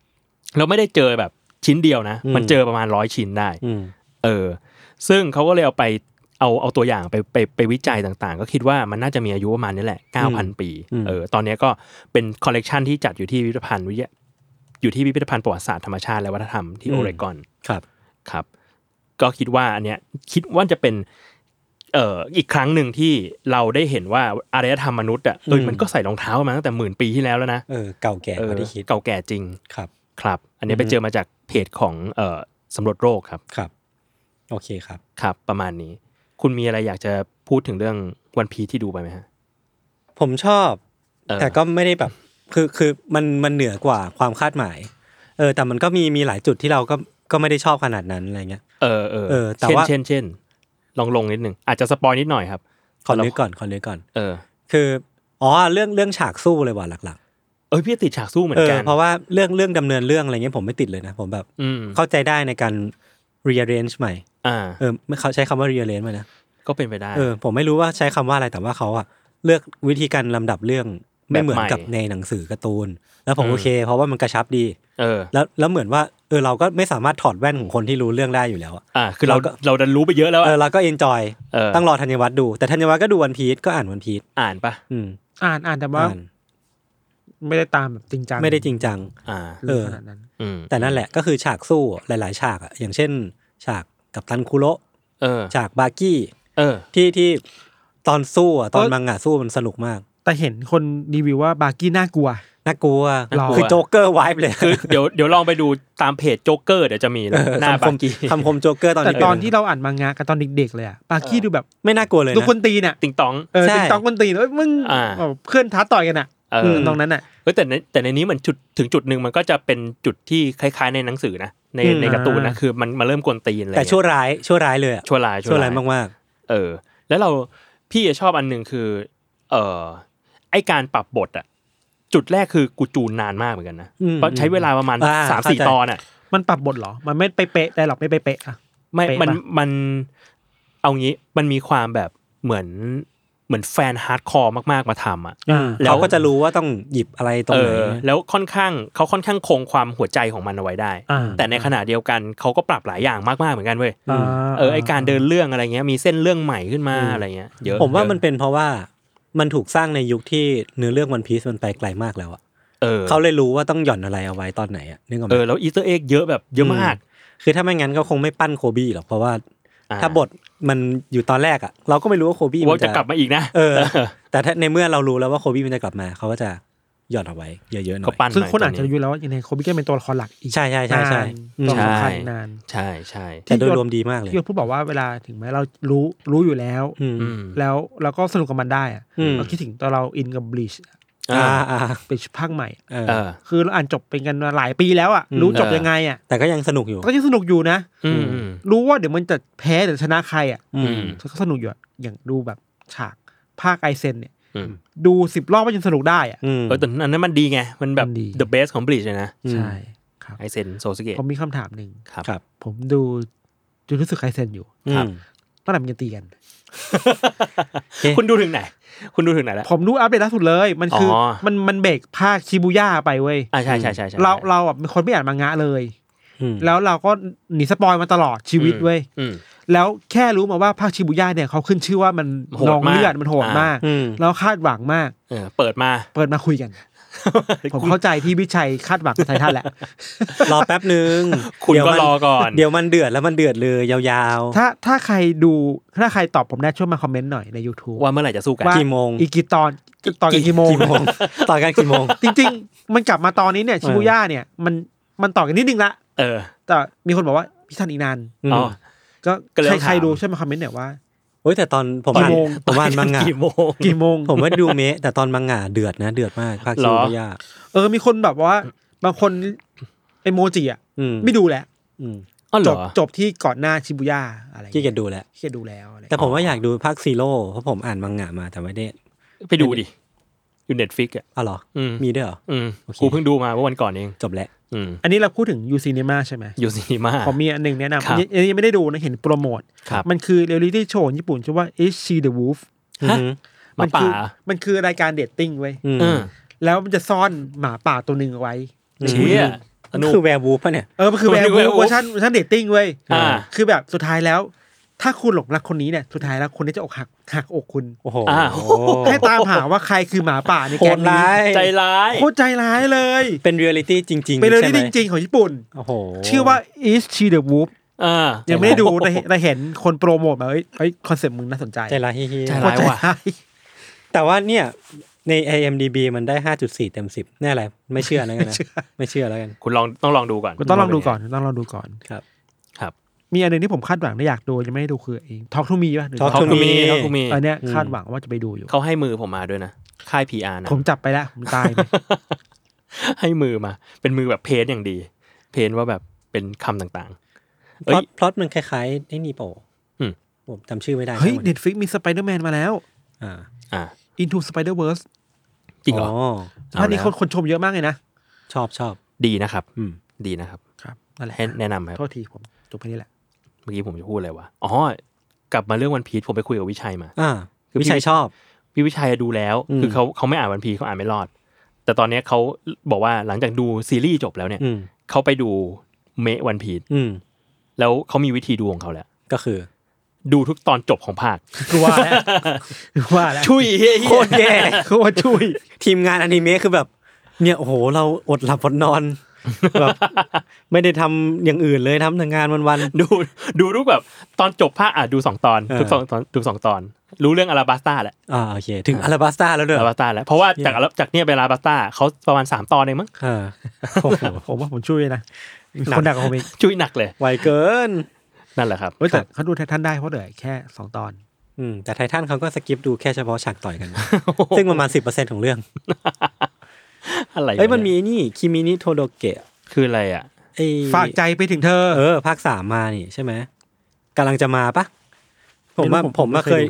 Speaker 3: แล้วไม่ได้เจอแบบชิ้นเดียวนะ
Speaker 2: อืม
Speaker 3: มันเจอประมาณร้อยชิ้นได้
Speaker 2: อืม
Speaker 3: เออ ซึ่งเขาก็เลยเอาไปเอาเอาตัวอย่างไปไปไปวิจัยต่างๆ ก็คิดว่ามันน่าจะมีอายุประมาณนี้แหละ 9,000 ปี
Speaker 2: อืม
Speaker 3: เออ ตอนนี้ก็เป็นคอลเลกชันที่จัดอยู่ที่พิพิธภัณฑ์วิทยาอยู่ที่พิพิธภัณฑ์ประวัติศาสตร์ธรรมชาติและวัฒนธรรมที่โอเรกอน
Speaker 2: ครับ
Speaker 3: ครับ ก็คิดว่าอันเนี้ยคิดว่าจะเป็น เอ่ออีกครั้งหนึ่งที่เราได้เห็นว่าอารยธรรมมนุษย์อ่ะเออ
Speaker 2: อืม
Speaker 3: มันก็ใส่รองเท้ามาตั้งแต่หมื่นปีที่แล้วแล้วนะ
Speaker 2: เออเก่าแก่กว่าที่คิด
Speaker 3: เก่าแก่จริง
Speaker 2: ครับ
Speaker 3: ครับ อันนี้ไปเจอมาจากเพจของเอ่อสำรวจโรคครับ
Speaker 2: ครับ โอเคครับ
Speaker 3: ครับ ประมาณนี้ คุณมีอะไรอยากจะพูดถึงเรื่องวันพีที่ดูไปไหมฮะ
Speaker 2: ผมชอบ
Speaker 3: เออ
Speaker 2: แต่ก็ไม่ได้แบบ คือคือมันมันเหนือกว่าความคาดหมาย เออ แต่มันก็มีมีหลายจุดที่เราก็ก็ไม่ได้ชอบขนาดนั้นอะไรเงี้ย
Speaker 3: เออเออ
Speaker 2: เออแต่
Speaker 3: เช่น
Speaker 2: ว่า
Speaker 3: เช่นเช่นลองลงนิดหนึ่งอาจจะสปอยนิดหน่อยครับ
Speaker 2: ขอนึกก่อนขอนึกก่อน
Speaker 3: เออ
Speaker 2: คืออ๋อเรื่องเรื่องฉากสู้เลยว่ะหลัก
Speaker 3: เอยพี่ติดฉากสู้เหมื
Speaker 2: ๆ
Speaker 3: อนกัน
Speaker 2: เพราะว่าเรื่องเรื่องดำเนินเรื่องอะไรเงี้ยผมไม่ติดเลยนะ ผมแบบ
Speaker 3: อืม
Speaker 2: เข้าใจได้ในการ rearrange ใหม่
Speaker 3: อ่า
Speaker 2: เออไม่เขาใช้คำว่า rearrange ไหมนะ
Speaker 3: ก็เป็นไปได้
Speaker 2: เออผมไม่รู้ว่าใช้คำว่าอะไรแต่ว่าเขาอะเลือกวิธีการลำดับเรื่องไม่เหมือนกับ
Speaker 3: แบบใหม่
Speaker 2: ในหนังสือการ์ตูน แล้วผม
Speaker 3: อืม
Speaker 2: โอเค เพราะว่ามันกระชับดี
Speaker 3: เออ
Speaker 2: แล้วแล้วเหมือนว่าเออเราก็ไม่สามารถถอดแว่นของคนที่รู้เรื่องได้อยู่แล้วอะ
Speaker 3: อ่า คือเรา
Speaker 2: เราก็
Speaker 3: เราดันรู้ไปเยอะแล้ว
Speaker 2: เอ
Speaker 3: อะ
Speaker 2: อเราก็เอนจอย
Speaker 3: เออ
Speaker 2: ต้องรอธัญวัฒน์ดู แต่ธัญวัฒน์ก็ดูวันพีชก็อ่านวันพีช
Speaker 3: อ่านปะ
Speaker 2: อืม
Speaker 4: อ่านอ่านแต่ว่า
Speaker 2: อ่าน
Speaker 4: ไม่ได้ตามแบบจริงจัง
Speaker 2: ไม่ได้จริงจัง
Speaker 3: อ่า
Speaker 4: เรื่องขนาดนั้น
Speaker 3: อืม
Speaker 2: แต่นั่นแหละก็คือฉากสู้หลาย ๆ ฉากอะอย่างเช่น ฉากกับตันคุโระ
Speaker 3: เออ
Speaker 2: ฉากบาร์กี้
Speaker 3: เออ
Speaker 2: ที่ที่ตอนสู้อะตอน
Speaker 4: เออ
Speaker 2: มังงะสู้มันสนุกมาก
Speaker 4: แต่เห็นคนรีวิวว่าบาร์กี้น่ากลัว
Speaker 2: น่ากลัว
Speaker 4: น่ากลัว
Speaker 2: คือโจ๊กเกอร์ไวฟ์เลย
Speaker 3: คือเดี๋ยวเดี๋ยวลองไปดูตามเพจโจ๊กเกอร์เดี๋ยวจะมีแล้วหน้า
Speaker 2: คำค
Speaker 3: บาม งกี
Speaker 2: คำคมโจ๊กเกอร์ตอน
Speaker 4: แต่
Speaker 2: นี้เป็
Speaker 4: ตอนที่เราอ่านมังงะกับตอนเด็กๆเลยอะบาร์กี้ดูแบบ
Speaker 2: ไม่น่ากลัวเลย
Speaker 4: ดู
Speaker 2: นะ
Speaker 4: คนตีนอะ
Speaker 3: ติงตอง
Speaker 4: เออ
Speaker 2: ใช่
Speaker 4: ติงตองคนตีนเอ้ยมึง
Speaker 3: อ่า
Speaker 4: แบบเพื่อนท้าต่อยกันอะ
Speaker 3: เออ
Speaker 4: ตรงนั้นอะ
Speaker 3: เออแต่ในแต่ในนี้เหมือนจุดถึงจุดหนึ่งมันก็จะเป็นจุดที่คล้ายๆในหนังสือนะในในการ์ตูนนะคือมันมาเริ่มกวนตีนอะไร
Speaker 2: แต่
Speaker 3: เงี้ย
Speaker 2: ชั่วร้ายชั่วร้ายเลยอะ
Speaker 3: ชั่วร้าย
Speaker 2: ชั่วร้ายมาก
Speaker 3: เออ แล้วเราพี่ชอบอันหนึ่งคือ เออไอการปรับบทอะจุดแรกคือกูจูนนานมากเหมือนกันนะ
Speaker 2: ๆอืม
Speaker 3: เพราะใช้เวลาประมาณ
Speaker 2: อ่า
Speaker 3: สามสี่
Speaker 2: เข้าใจ
Speaker 3: ตอนอะ
Speaker 4: มันปรับบทเหรอ มันไม่ไปเป๊ะได้หรอกไม่ไปเป๊ะอะ
Speaker 3: ไม่
Speaker 4: เป๊ะ
Speaker 3: มัน
Speaker 4: ปะ
Speaker 3: มันเอางี้มันมีความแบบเหมือนเหมือนแฟนฮาร์ดคอร์มากๆมาทำอะ แล้ว
Speaker 2: เขาก็จะรู้ว่าต้องหยิบอะไรตรง
Speaker 3: เอ
Speaker 2: ไหน
Speaker 3: อแล้วค่อนข้างเขาค่อนข้างคงความหัวใจของมันเอาไว้ได้
Speaker 4: อ่า
Speaker 3: แต่ในขณะเดียวกันเขาก็ปรับหลายอย่างมากๆเหมือนกันเว้ย
Speaker 4: อ่า
Speaker 3: เออไอการเดินเรื่องอะไรเงี้ยมีเส้นเรื่องใหม่ขึ้นมาอะไรเงี้ยเยอะ
Speaker 2: ผมว่า
Speaker 3: เยอะ
Speaker 2: มันเป็นเพราะว่ามันถูกสร้างในยุคที่เนื้อเรื่องวันพีซมันไปไกลมากแล้วอะ
Speaker 3: เออ
Speaker 2: เขาเลยรู้ว่าต้องหย่อนอะไรเอาไว้ตอนไหนอะนึกออกไห
Speaker 3: เอ
Speaker 2: ม
Speaker 3: อแล้วอีสเตอร์เอ็กเยอะแบบเยอะมาก
Speaker 2: คือถ้าไม่งั้นก็คงไม่ปั้นโคบี้หรอกเพราะว่า
Speaker 3: อ่
Speaker 2: ถ้าบทมันอยู่ตอนแรกอะเราก็ไม่รู้ว่าโคบี้มั
Speaker 3: ว่าน จะกลับมาอีกนะ
Speaker 2: เออ แต่ถ้าในเมื่อเรารู้แล้วว่าโคบี้มันจะกลับมาเขาก็จะหย่อนเอาไว้เยอะๆหน่
Speaker 3: ก็
Speaker 2: อย
Speaker 3: ปั้น
Speaker 4: ซึ่ง
Speaker 3: หย
Speaker 4: คนอาจจะ
Speaker 3: ต
Speaker 4: รู้อยู่แล้วว่ายังไงโคบิเกนเป็นตัวละครหลักอีก
Speaker 2: ใช่ใช่ใช่ใช่อืม
Speaker 4: นานตัวสำคัญ
Speaker 3: ใช่
Speaker 4: นาน
Speaker 3: ใช่ใช่
Speaker 2: แต่โดยรวมดีมากเลย
Speaker 4: ที่ยศพูดบอกว่าเวลาถึงแม้เรารู้รู้อยู่แล้ว
Speaker 2: อืม
Speaker 3: อืม
Speaker 4: แล้วเราก็สนุกกับมันได้อะ
Speaker 2: อืม
Speaker 4: เราคิดถึงตอนเราอินกับบลิช
Speaker 2: อ่าอ่า
Speaker 4: เป็นภาคใหม่
Speaker 2: เออ
Speaker 3: เออ
Speaker 4: คือเราอ่านจบเป็นกันมาหลายปีแล้วอ่ะ
Speaker 2: อืม
Speaker 4: รู้จบ
Speaker 3: เออ
Speaker 4: ยังไงอ่ะ
Speaker 2: แต่ก็ยังสนุกอยู่
Speaker 4: ก็ยังสนุกอยู่นะ
Speaker 3: อืมอืม
Speaker 4: รู้ว่าเดี๋ยวมันจะแพ้หรือชนะใครอ่ะ
Speaker 2: อืม
Speaker 4: ก็สนุกอยู่อะอย่างดูแบบฉากภาคไอเซนเนี่ย
Speaker 3: อืม
Speaker 4: ดูสิบรอบก็ยังสนุกได้อ่ะ
Speaker 2: อืม
Speaker 3: เออแต่อันนั้นมันดีไงมันแบบ
Speaker 4: มันดี
Speaker 3: the best ของบลิชเลยนะ
Speaker 2: อืม
Speaker 4: ใช่ครับ
Speaker 3: ไอเซนโซสเกต
Speaker 4: ผมมีคำถามหนึ่ง
Speaker 3: ครับ
Speaker 2: ครับ
Speaker 4: ผมดูจูรุสึไคเซนอยู่
Speaker 2: อืม
Speaker 4: ตั้งแต่มันยังตีกัน
Speaker 2: เอ๊ะ
Speaker 3: คุณดูถึงไหน คุณดูถึงไหนแล้ว
Speaker 4: ผมดูอัปเดตล่าสุดเลย มันคืออ
Speaker 3: อ
Speaker 4: มันมันเบรกภาคชิบูย่าไปเว้ย
Speaker 3: อ่าใช่ใช่ใช่ใช่
Speaker 4: เราเราอ่ะเป็นคนไม่อ่านมังงะเลย
Speaker 2: อืม
Speaker 4: แล้วเราก็หนีสปอยมาตลอดชีวิตเว้ย
Speaker 3: อืม
Speaker 4: แล้วแค่รู้มาว่าภาคชิบุย่าเนี่ยเขาขึ้นชื่อว่ามัน
Speaker 3: โหด
Speaker 4: นองเลือด
Speaker 3: มาก
Speaker 4: มันโหด
Speaker 3: อ่าม
Speaker 4: มาก
Speaker 2: อืม
Speaker 4: แล้วคาดหวังมาก
Speaker 3: เออเปิดมา
Speaker 4: เปิดมาคุยกัน ผมเข้าใจที่วิชัยคาดหวังกับไททันแหละ
Speaker 2: รอแป๊บนึง
Speaker 3: คุณ
Speaker 2: เดี๋ยว
Speaker 3: ก็
Speaker 2: มัน
Speaker 3: รอก่อน
Speaker 2: เดี๋ยวมันเดือดแล้วมันเดือดเลยยาว
Speaker 4: ถ้าถ้าใครดูถ้าใครตอบผมได้ช่วยมาคอมเมนต์หน่อยใน YouTube
Speaker 3: ว่าเมื่อไหร่จะสู้กัน
Speaker 4: ว่า
Speaker 2: ๆ กี่โมง
Speaker 4: อีกกี่ตอนตอนกี่โมง
Speaker 2: กี่โมง ต่อกันกี่โมง
Speaker 4: จริง ๆ มันกลับมาตอนนี้เนี่ยชิบุย่าเนี่ยมันมันต่อกันนิดนึงละ
Speaker 3: เออ
Speaker 4: แต่มีคนบอกว่าพี่ทันอีกนาน
Speaker 3: อ๋อ
Speaker 4: ก็
Speaker 3: ก็เลย
Speaker 4: ใครใค
Speaker 3: ต้องถาม
Speaker 4: รดูช่วยมาคอมเมนต์หน่อยว่า
Speaker 2: โอ้ยแต่ตอนผมอ่าน
Speaker 4: กี่โมง
Speaker 2: ผมอ่านมังงะ
Speaker 3: กี่โมง
Speaker 4: กี่โมง
Speaker 2: ผมไม่ได้ดูเมะแต่ตอนมังงะเดือดนะ เดือดมากภาค
Speaker 3: หร
Speaker 2: ชิ
Speaker 3: อ
Speaker 2: วก็ยาก
Speaker 4: เออมีคนแบบว่าบางคนไอโมจิอ่ะ
Speaker 2: อืม
Speaker 4: ไม่ดูแหละ
Speaker 2: อืม
Speaker 3: อ๋อเห
Speaker 4: จ
Speaker 3: ร
Speaker 4: บ
Speaker 3: อ
Speaker 4: จบที่ก่อนหน้าชิบุย่าอะไร
Speaker 2: ที่แกดูแหละ
Speaker 4: ที่แกดูแล้วอะไร
Speaker 2: แต่ผมว่าอยากดูภาคซีโร่เพราะผมอ่านมังงะมาแต่ไม่ได้
Speaker 3: ไปดูดิ อยู่เน็ตฟิกอ่ะ
Speaker 2: อ๋อเหรอ
Speaker 3: อืม
Speaker 2: มีด้วยเหรอ
Speaker 3: อืม
Speaker 2: โอเค
Speaker 3: กูเพิ่งดูมาเมื่อวันก่อนเอง
Speaker 2: จบแล้ว
Speaker 3: อืม
Speaker 4: อันนี้เราพูดถึงยูซีเนมาใช่ไหม
Speaker 3: อยู่ซีนีมา
Speaker 4: ผมมีอันหนึ่งแนะนำ
Speaker 3: ค
Speaker 4: อั
Speaker 3: รั
Speaker 4: น
Speaker 3: บ
Speaker 4: นี้อันนี้ยังไม่ได้ดูนะเห็นโปรโมท
Speaker 3: ครับ
Speaker 4: มันคือเรียลลิตี้โชว์ญี่ปุ่นชื่อว่า Is She the Wolf
Speaker 3: ฮะหมา
Speaker 4: คื
Speaker 3: ป่า
Speaker 4: มันคือรายการเดทติ้งเว้ย
Speaker 2: อืม
Speaker 3: เออ
Speaker 4: แล้วมันจะซ่อนหมาป่าตัวหนึ่งเอาไว้
Speaker 3: เชี่ยส
Speaker 2: มัน
Speaker 3: นุก
Speaker 2: คือแวร์วูฟป่ะเนี่ย
Speaker 4: เออ มันคือ
Speaker 3: มั
Speaker 4: แวน ร์
Speaker 3: คือ
Speaker 4: วู
Speaker 3: werewolf
Speaker 4: เวอร์ชันเวอร์ชันเดทติ้งเว้ย
Speaker 3: อ่า
Speaker 4: คือแบบสุดท้ายแล้ว ถ้าคุณหลงรักคนนี้เนี่ย สุดท้ายแล้วคนนี้จะอกหักหักอกคุณ
Speaker 2: โอ้โห
Speaker 3: อ่า
Speaker 4: ให้ตามหาว่าใครคือหมาป่าใน
Speaker 2: โห
Speaker 4: แก๊
Speaker 2: ด
Speaker 4: งนี้
Speaker 2: ร้าย
Speaker 3: ใจร้าย
Speaker 4: โคตรใจร้ายเลย
Speaker 2: เป็นเรียลลิตี้จริงๆ
Speaker 4: เป็นเรื่องที่
Speaker 2: ใช่
Speaker 4: จ
Speaker 2: ไหม
Speaker 4: ริง ๆ ของญี่ปุ่น
Speaker 2: โอ้โห
Speaker 4: ชื่อว่า Is She the Wolf
Speaker 3: อ่า
Speaker 4: ยังไม่ได้ดูแต่เห็นแต่เห็นคนโปรโมทมาเฮ้ยเฮ้ยคอนเซ็ปต์มึงน่าสนใจ
Speaker 2: ใจร้ายเฮีย
Speaker 3: ใจ
Speaker 2: ๆ
Speaker 3: ร้ายว่ะ
Speaker 2: แต่ว่าเนี่ยใน IMDB มันได้ 5.4 เต็ม 10แน่อะไรไม่เชื่อแล้วกันนะ ไม่เชื่อแล้วกัน
Speaker 3: คุณลองต้องลองดูก่อน
Speaker 4: คุณต้องลองดูก่อนคุณต้องลองดูก่อน
Speaker 3: ครับ
Speaker 4: มีอันหนึ่งที่ผมคาดหวังและอยากดูยังไม่ได้ดูคือไอ้ทอกทูมีป่ะหรือ
Speaker 2: Talk
Speaker 3: เขา
Speaker 2: to
Speaker 3: คุ
Speaker 2: Me
Speaker 3: มีเขาคุมี
Speaker 4: อันเนี้ยคาดหวังว่าจะไปดูอยู่
Speaker 3: เขาให้มือผมมาด้วยนะค่าย PR นะ
Speaker 4: ผมจับไปแล้วผมตายไป
Speaker 3: ให้มือมา เป็นมือแบบเพนอย่างดี เพนว่าแบบเป็นคำต่าง
Speaker 2: พ
Speaker 3: ๆเอ้
Speaker 2: ล็อย ตพล็อตมันคล้ายๆไอ้นี่โป
Speaker 3: อืม
Speaker 2: ผมจำชื่อไม่ได้
Speaker 4: เฮ้ย
Speaker 2: ทั้งหมด
Speaker 4: เน็ตฟิกมีสไปเดอร์แมนมาแล้ว
Speaker 2: อ่า
Speaker 3: อ่า
Speaker 4: Into Spider-Verse
Speaker 3: จริงเหรอ เอา
Speaker 4: ภาคนี้
Speaker 3: แล้ว
Speaker 4: คนคนชมเยอะมากเลยนะ
Speaker 2: ชอบชอบ
Speaker 3: ดีนะครับ
Speaker 2: อืม
Speaker 3: ดีนะครับ
Speaker 4: ครับนั่นแหละ
Speaker 3: ให้แนะนำครับ
Speaker 4: โทษทีผมจบแค่นี้แหละ
Speaker 3: เมื่อกี้ผมจะพูดอะไรวะ อ๋อ กลับมาเรื่องวันพีชผมไปคุยกับวิชัยมา
Speaker 2: อ่า
Speaker 3: คือพี่
Speaker 2: วิชัยชอบ
Speaker 3: พี่วิชัยดูแล้ว
Speaker 2: อืม
Speaker 3: คือเขาเขาไม่อ่านวันพีชเขาอ่านไม่รอด แต่ตอนเนี้ยเขาบอกว่าหลังจากดูซีรีส์จบแล้วเนี่ย
Speaker 2: อืม
Speaker 3: เขาไปดูเมะวันพีช
Speaker 2: อืม
Speaker 3: แล้วเขามีวิธีดูของเขาแล้ว
Speaker 2: ก็คือ
Speaker 3: ดูทุกตอนจบของภาค
Speaker 4: คือว่าแล้วคือว่าแล้ว
Speaker 3: ชุยเฮีย
Speaker 2: โคตรแย่
Speaker 4: คือว่าช่วย
Speaker 2: ทีมงานอนิเมะคือแบบ เนี่ยโอ้โห เราอดหลับอดนอนแบบไม่ได้ทำอย่างอื่นเลยทำแต่งานวันๆ
Speaker 3: ดูดูทุกแบบตอนจบภาคอ่ะดูสองตอน
Speaker 2: เออ
Speaker 3: ทุกสองตอนดูสองตอน รู้เรื่องอาราบัสตาแหละ
Speaker 2: อ่าโอเคถึงอาราบัสตาแล้วด้วย
Speaker 3: อา
Speaker 2: เหรอ
Speaker 3: ราบัสตาแล้วเพราะว่า
Speaker 2: เหี้ย
Speaker 3: จากอาราจากเนี่ยไปอาราบัสตาเขาประมาณสามตอนเองมั้ง
Speaker 2: อ่าโอ้โห
Speaker 4: ผมว่าผมช่วยนะมี
Speaker 2: หนัก
Speaker 4: คนดักกว่าผมอีก
Speaker 3: ชุยหนักเลย
Speaker 2: ไวเกิน
Speaker 3: นั่นแหละครับ
Speaker 4: เฮ้ยแต่เขาดูไททันได้เพราะเหลือแค่สองตอน
Speaker 2: อืมแต่ไททันเขาก็สกิปดูแค่เฉพาะฉากต่อยกัน ซึ่งประมาณสิบเปอร์เซ็นของเรื่อง
Speaker 3: อะไรวะ
Speaker 2: เอ้ยมันมีไอ้นี่คิมินิโทโดเกะ
Speaker 3: คืออะไรอ่ะ
Speaker 2: ไอ้
Speaker 4: ฝากใจไปถึงเธอ
Speaker 2: เออภาคสามมานี่ใช่ไหมกำลังจะมาปะผมว่า
Speaker 4: ไม่รู้ผม
Speaker 2: ผมว่า
Speaker 4: ไม่
Speaker 2: เค
Speaker 4: เค
Speaker 2: ย
Speaker 4: ย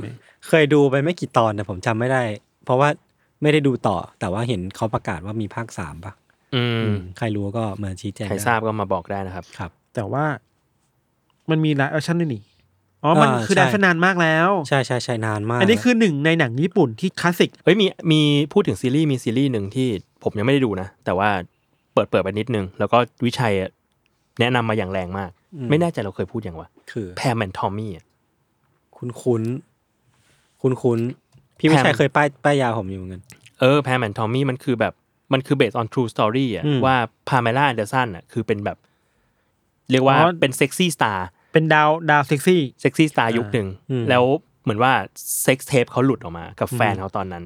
Speaker 2: เคยดูไปไม่กี่ตอนแต่ผมจำไม่ได้ เพราะว่าไม่ได้ดูต่อ แต่ว่าเห็นเขาประกาศว่ามีภาคสามปะ
Speaker 3: อืม
Speaker 2: อืมใครรู้ก็มาชี้แจง
Speaker 3: ใคร
Speaker 2: ได้
Speaker 3: ทราบก็มาบอกได้นะครับ
Speaker 2: ครับ
Speaker 4: แต่ว่า มันมีไลฟ์แอคชั่นด้วยนี่อ๋อมัน
Speaker 2: อ่า
Speaker 4: คือ
Speaker 2: ใช่
Speaker 4: ไลฟ์แอคชั่นนานมากแล้ว
Speaker 2: ใช่ใช่ใช่นานมาก
Speaker 4: อันนี้คือหนึ่งในหนังญี่ปุ่นที่คลาสสิก
Speaker 3: เฮ้ยมีมีพูดถึงซีรีส์มีซีรีส์หนึ่งที่ผมยังไม่ได้ดูนะ แต่ว่าเปิดเปิดไปนิดนึง แล้วก็วิชัยอะแนะนำมาอย่างแรงมาก ไม่แน่ใจเราเคยพูดอย่างวะ
Speaker 2: คือ
Speaker 3: แพมแอนทอมมี่
Speaker 2: คุณคุ้นคุณคุ้นๆพี่วิชัย
Speaker 3: แพม
Speaker 2: เคยป้ายป้ายยาผมอยู่เหมือนกัน
Speaker 3: เออแพมแอนทอมมี่มันคือแบบมันคือเบสออนทรูสตอรี่อ่ะ
Speaker 2: อืม
Speaker 3: ว่าพาเมล่าแอนเดอร์สันอ่ะคือเป็นแบบ เรียกว่าเป็นเซ็กซี่สตาร์
Speaker 4: เป็นดาวดาวเซ็กซี่
Speaker 3: เซ็กซี่สตาร์ยุคหนึ่ง
Speaker 2: อืม
Speaker 3: แล้วเหมือนว่าเซ็กเทปเขาหลุดออกมา กับแฟนเขาตอนนั้น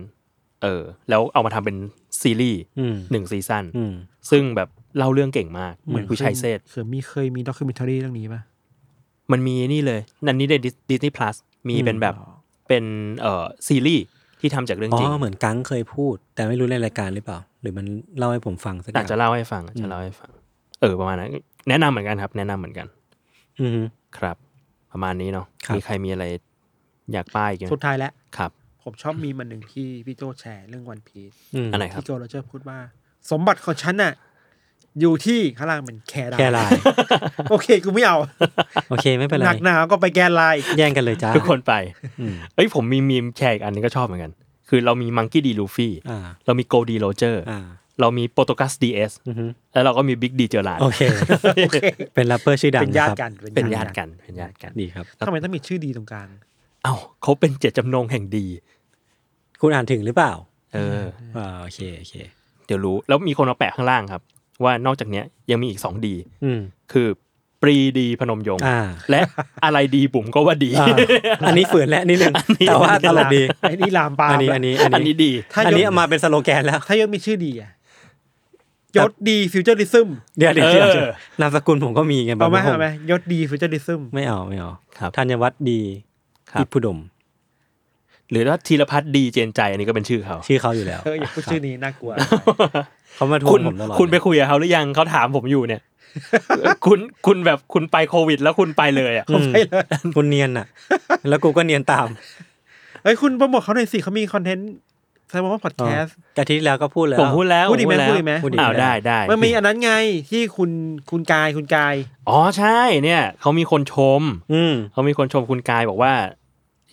Speaker 3: เออ แล้วเอามาทำเป็นซีรีส์
Speaker 2: อืม
Speaker 3: หนึ่งซีซั่น
Speaker 2: อืม
Speaker 3: ซึ่งแบบเล่าเรื่องเก่งมาก
Speaker 4: เหมือน
Speaker 3: วิชัยเซธ
Speaker 4: คือมีเคยมีด็อกิเมนทารีเรื่องนี้ป่ะ
Speaker 3: มันมีนี่เลยนันนี้ในดิสนีย์พลัสมี
Speaker 2: อืม
Speaker 3: เป็นแบบเป็นเอ่อซีรีส์ที่ทำจากเรื่อง
Speaker 2: อ๋
Speaker 3: จริง
Speaker 2: อเหมือนกังเคยพูด แต่ไม่รู้ในรายการหรือเปล่า หรือมันเล่าให้ผมฟังสักอ
Speaker 3: อา
Speaker 2: ย่า
Speaker 3: จ
Speaker 2: ง
Speaker 3: จะเล่าให้ฟังอาจจะเล่าให้ฟัง เออประมาณนั้นแนะนำเหมือนกันครับ แนะนำเหมือนกัน
Speaker 2: อือฮึ
Speaker 3: ครับ ประมาณนี้เนาะ
Speaker 2: ครับ
Speaker 3: มีใครมีอะไรอยากป้ายอีกัน
Speaker 4: สุดท้ายแล้ว
Speaker 3: ครับ
Speaker 4: ผมชอบมีมันหนึ่งที่พี่โจแชร์เรื่องวันพี
Speaker 2: อืม
Speaker 3: อันไหนครับ
Speaker 4: ที่โจโรเจอร์พูดว่า สมบัติของฉันน่ะ อยู่ที่ข้างล่างเป็นแคราย
Speaker 2: แค่ลาย
Speaker 4: โอเคกูไม่เอา
Speaker 2: โอเคไม่เป็นไร
Speaker 4: หนักหนาก็ไปแกนไลาย
Speaker 2: แย่งกันเลยจ้า
Speaker 3: ทุกคนไป
Speaker 2: อืม
Speaker 3: เอ้ยผมมีมีมแชร์อีกอันนึงก็ชอบเหมือนกัน คือเรามีมังกี้ดีลูฟี่
Speaker 2: อ่า
Speaker 3: เรามีโกดีโรเจอร์
Speaker 2: อ่า
Speaker 3: เรามีโปรโตกัสดีเอส
Speaker 2: อือฮึ
Speaker 3: แล้วเราก็มีบิ๊กดีเจอร์ลาน
Speaker 2: โอเค เป็นแรปเปอ ร์ชื่อดัง
Speaker 4: เป็นญาติ
Speaker 2: ะครับ
Speaker 4: กัน
Speaker 3: เป็นญาติกันเป็นญาติกัน
Speaker 2: ดีครับ
Speaker 4: ทำไมต้องมีชื่อดีตรงกลาง
Speaker 3: เอ้าเขาเป็นเจตจำนงแห่งดี
Speaker 2: คุณอ่านถึงหรือเปล่า
Speaker 3: เออ
Speaker 2: อ่าโอเคโอเค
Speaker 3: เดี๋ยวรู้ แล้วมีคนมาแปะข้างล่างครับ ว่านอกจากเนี้ยยังมีอีก 2 ดี
Speaker 2: อืม
Speaker 3: คือปรีดีพนมยงค์
Speaker 2: อ่า
Speaker 3: และอะไรดีบุ๋มก็ว่าดี
Speaker 2: อ่าอันนี้ฝืนแล้วนิดนึงแต่ว่าตลกดี
Speaker 4: ไอ้นี่ลามปาม
Speaker 2: อันนี้
Speaker 4: แล้ว
Speaker 2: อันนี้
Speaker 3: อันนี้ดี
Speaker 4: ถ้า
Speaker 2: อันนี้
Speaker 4: ยก
Speaker 2: เอามาเป็นสโลแกนแล้ว
Speaker 4: ถ้ายศมีชื่อดีอะยศดีฟิวเจอริซึม
Speaker 2: เดี๋ยวเดี๋ยวเดี๋ยว
Speaker 3: เออ
Speaker 2: เดี๋ยวนามสกุลผมก็มีไง
Speaker 4: เอาไหม
Speaker 2: บางคน
Speaker 4: เอาไหมยศดีฟิวเจอริซึม
Speaker 2: ไม่เอาไม่เอา
Speaker 3: ครับ
Speaker 2: ธัญวัฒน์ดี
Speaker 3: ครับ
Speaker 2: อิพุดม
Speaker 3: หรือว่าธีรพัฒน์ดีเจนใจ อันนี้ก็เป็นชื่อเขา
Speaker 2: ชื่อเขาอยู่แล้ว
Speaker 4: เอออย่าพูดชื่อนี้น่ากลัว
Speaker 2: เขามาทว
Speaker 3: คุ
Speaker 2: ง
Speaker 3: ณ
Speaker 2: ผมตลอด
Speaker 3: คุณไป
Speaker 2: เลย
Speaker 3: คุยกับเขาหรือยังเขาถามผมอยู่เนี่ย คุณคุณแบบคุณไปโควิด แล้วคุณไปเลยอ่ะ
Speaker 2: อืมคุณเนียนอ่ะ แล้วกูก็เนียนตาม
Speaker 4: เอ้ยคุณโปรโมทเขาหน่อยสิเขามีคอนเทนต์ไซมอนพอดแคสต์
Speaker 2: แต่ที่แล้วก็พูดแล้ว
Speaker 3: ผมพูดแล้ว
Speaker 4: พูดอีกไหม
Speaker 3: ผม
Speaker 4: พู
Speaker 3: พู
Speaker 4: ด
Speaker 3: ด
Speaker 2: พูดอี
Speaker 4: อีกไหม
Speaker 3: แล้ว
Speaker 2: ก
Speaker 3: อ้าวได้ได้
Speaker 4: มันมีอันนั้นไงที่คุณคุณกายคุณกาย
Speaker 3: อ๋อใช่เนี่ยเขามีคนชม
Speaker 2: อืม
Speaker 3: เขามีคนชมคุณกายบอกว่า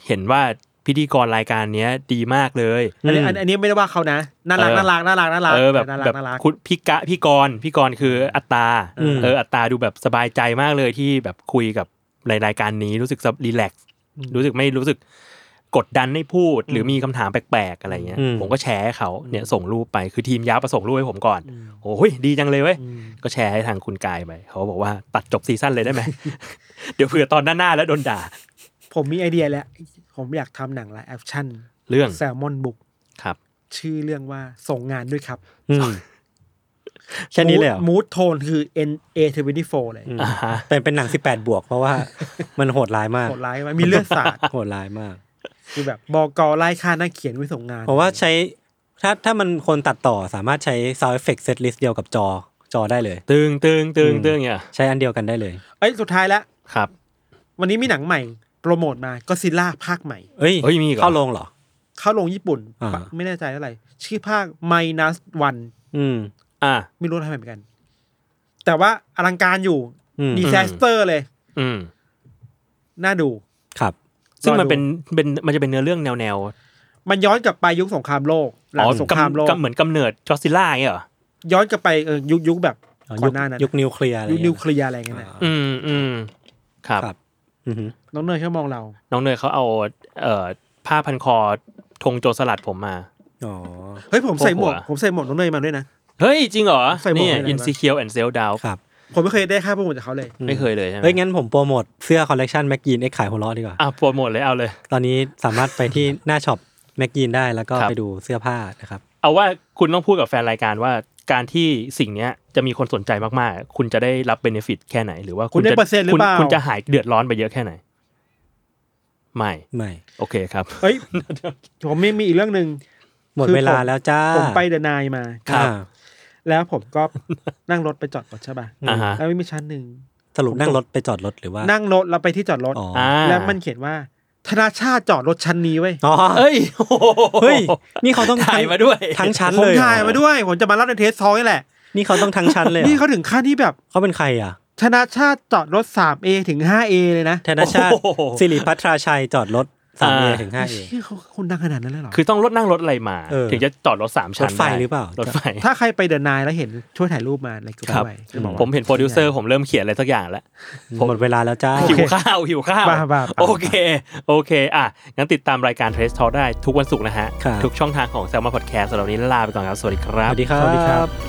Speaker 3: เห็นว่าพิธีกรรายการเนี้ยดีมากเลย
Speaker 4: อันนี้อันอันนี้ไม่ได้ว่าเขานะ น่ารัก
Speaker 3: เออ
Speaker 4: น่ารักน่ารักน่ารัก
Speaker 3: เออแบบ
Speaker 4: น่ารัก
Speaker 3: แบบ
Speaker 4: น่ารัก
Speaker 3: คุณพี่กะพี่กรณ์พี่กรณ์คืออัตตา
Speaker 2: อืม
Speaker 3: เอออัตตาดูแบบสบายใจมากเลยที่แบบคุยกับในรายการนี้รู้สึกรีแลกซ์
Speaker 4: อืม
Speaker 3: รู้สึกไม่รู้สึกกดดันให้พูด หรือมีคำถามแปลกๆอะไรเงี้ย
Speaker 2: อืม
Speaker 3: ผมก็แชร์ให้เขาเนี่ยส่งรูปไปคือทีมยับประส่งรูปให้ผมก่อนโอ้ยดีจังเลยเว้ย ก็แชร์ให้ทางคุณกายไปเขาบอกว่าตัดจบซีซั่นเลยได้ไหม เดี๋ยวเผื่อตอนหน้าๆแล้วโดนด่า
Speaker 4: ผมมีไอเดียแล้ว ผมอยากทำหนังไลฟ์แอคชั่น
Speaker 3: เรื่อง
Speaker 4: แซลมอนบุก
Speaker 3: ครับ
Speaker 4: ชื่อเรื่องว่าส่งงานด้วยครับ
Speaker 2: อืมแค่นี้เลยเหรอ
Speaker 4: มูดโทนคือ N A 24เลย
Speaker 2: อืม
Speaker 3: อ่าฮะ
Speaker 2: เป็นเป็นหนังสิบแปดบวก เพราะ ว่า มันโหดร้ายมาก
Speaker 4: โหดร้ายมันมีเลือดสาด
Speaker 2: โหดร้ายมาก
Speaker 4: คือแบบบอกอไล่ฆ่านักเขียนไว้ส่งงาน
Speaker 2: เพราะว่าใช้ถ้าถ้ามันคนตัดต่อสามารถใช้ sound effect set list เดียวกับจอจอได้เลย
Speaker 3: ตึงตึงตึง
Speaker 2: อืม
Speaker 3: ตึงเนี่ย
Speaker 2: ใช้อันเดียวกันได้เลย
Speaker 4: เอ้ยสุดท้ายแล้ว
Speaker 3: ครับ
Speaker 4: วันนี้มีหนังใหม่ โปรโมทมาก็ซิล่าภาคใหม่
Speaker 2: เอ้ย
Speaker 3: เอ้ยมีอีกเหรอ
Speaker 2: เข้าลงเหรอ
Speaker 4: เข้าลงญี่ปุ่น
Speaker 2: อ่า
Speaker 4: ไม่แน่ใจเท่าไหร่ชื่อภาค minus one
Speaker 2: อืม
Speaker 3: อ่า
Speaker 4: ไม่รู้ทำไมเหมือนกัน แต่ว่าอลังการอยู่
Speaker 2: อืม
Speaker 4: ดีแซสเตอร์เลย
Speaker 3: อืม
Speaker 4: น่าดู
Speaker 2: ครับ
Speaker 3: ซึ่ง
Speaker 4: รอดู
Speaker 3: มันเป็นเป็นมันจะเป็นเนื้อเรื่องแนวแนว
Speaker 4: มันย้อนกลับไปยุคสงครามโลกหลังสงครามโลก
Speaker 3: กำเหมือนกำเนิดจอร์ซิล่าอย่างเงี้ยเหรอ
Speaker 4: ย้อนกลับไปเออยุคยุคแบบ
Speaker 2: อ๋อ
Speaker 4: ก่
Speaker 2: ยุ
Speaker 4: อ
Speaker 2: คน
Speaker 4: หน้านั้น
Speaker 2: ยุคนิวเคลียร์อะไร
Speaker 4: ยุค
Speaker 2: เงี้ย
Speaker 4: นิวเคลียร์อะไรเงี้ยนะ
Speaker 3: อืมอืมครับ
Speaker 2: ครับ อือหือ
Speaker 4: น้องเนยเขามองเรา
Speaker 3: น้องเนยเขาเอาเอ่อผ้าพันคอธงโจรสลัดผมมา
Speaker 2: อ๋อ
Speaker 4: เฮ้ยผมใส่หมวก
Speaker 3: โอ้โห
Speaker 4: ผมใส่หมวกน้องเนยมาด้วยนะ
Speaker 3: เฮ้ย จริงเหรอ
Speaker 4: ใส่หมวก
Speaker 3: นี่
Speaker 4: ให้หน่อย
Speaker 3: Insecure and Self Doubt
Speaker 2: ครับ
Speaker 4: ผมไม่เคยได้ค่าโปรโมทจากเขาเลย
Speaker 3: ไม่เคยเลยใช่ไหม
Speaker 2: เอ้ยงั้นผมโปรโมทเสื้อคอลเลกชันแม็กยีนเอ็กขายหัวเราะดีกว่า
Speaker 3: อ่ะโปรโมทเลยเอาเลย
Speaker 2: ตอนนี้สามารถไปที่ หน้าช็อปแม็กยีนได้แล้วก็
Speaker 3: ครับ
Speaker 2: ไปดูเสื้อผ้านะครับ
Speaker 3: เอาว่าคุณต้องพูดกับแฟนรายการว่าการที่สิ่งเนี้ยจะมีคนสนใจมากๆ คุณจะได้รับเบนฟิตแค่ไหน หรือว่า
Speaker 4: คุณได้
Speaker 3: จะ
Speaker 4: เปอร์เซ็นต์หรือ
Speaker 3: คุณ
Speaker 4: เปล่า
Speaker 3: คุณจะหายเดือดร้อนไปเยอะแค่ไหน ไม่
Speaker 2: ไม่
Speaker 3: โอเคครับ
Speaker 4: เอ้ย ผมมีมีอีกเรื่องหนึ่ง
Speaker 2: หมด
Speaker 4: คือ
Speaker 2: เวลา
Speaker 4: ผม
Speaker 2: แล้วจ้า
Speaker 4: ผมไปเดนายมา
Speaker 2: ครับ
Speaker 4: แล้วผมก็ นั่งรถไปจอดรถใช่ป่ะ
Speaker 3: อ่าฮะ
Speaker 4: แล้วมีชั้นหนึ่ง
Speaker 2: สรุปนั่งรถไปจอดรถหรือว่า
Speaker 4: นั่งรถแล้วไปที่จอดรถ
Speaker 2: อ๋อ
Speaker 4: แล้วมันเขียนว่า ธนาชาติจอดรถชั้นนี้ไว้ย
Speaker 2: อ๋อ
Speaker 3: เอ้ยโอ้โห
Speaker 2: เฮ้ย นี่เขาต้อง
Speaker 3: ถ่าย
Speaker 2: ทั้ง
Speaker 3: มาด้วย
Speaker 2: ทั้งชั้น
Speaker 4: ผม
Speaker 2: เลยเหรอ
Speaker 4: ถ่ายมาด้วย ผมจะมาเล่าในเทสซองนี่แหละ
Speaker 2: นี่เขาต้องทั้งชั้นเลยเหรอ
Speaker 4: นี่เขาถึงขั้นที่แบบ
Speaker 2: เขาเป็นใครอ่ะ
Speaker 4: ธนาชาติจอดรถ 3A ถึง 5A เลยนะ
Speaker 2: ธนชาติ
Speaker 3: โอ้โห
Speaker 2: สิริพัทราชัยจอดรถสามเอ
Speaker 3: อ่า
Speaker 2: ถึงห้าเอ
Speaker 4: เชี่ยเขาคนดังขนาดนั้นเลยเหรอ
Speaker 3: คือต้องรถนั่งรถอะไรมา
Speaker 2: เออ
Speaker 3: ถึงจะจอดรถสามชั้น
Speaker 2: รถไฟ
Speaker 3: ด้
Speaker 2: หรือเปล่า
Speaker 3: รถไฟ
Speaker 4: ถ้าใครไปเดอะนายแล้วเห็นช่วยถ่ายรูปมาในกลุ่ม
Speaker 3: ครับ
Speaker 4: ด้วยจะบอกว่า
Speaker 3: ผมเห็นโปรดิวเซอร์ผมเริ่มเขียนอะไรสักอย่างแล้ว
Speaker 2: หมดเวลาแล้วจ้า
Speaker 4: โอ
Speaker 3: หิ
Speaker 4: เค
Speaker 3: วข้าวหิวข้าว
Speaker 4: บ้าบ้าบ้า
Speaker 3: โอเค โอเค อ่ะ งั้นติดตามรายการเทสทอได้ทุกวันศุกร์นะฮะ
Speaker 2: ครับ
Speaker 3: ทุกช่องทางของ s ซ l m o n Podcast สำหรับวันนี้ลาไปก่อนครับ สวัสดีครั
Speaker 2: ส
Speaker 3: บ
Speaker 2: วัสดีครั
Speaker 4: สวัสดีครับ บ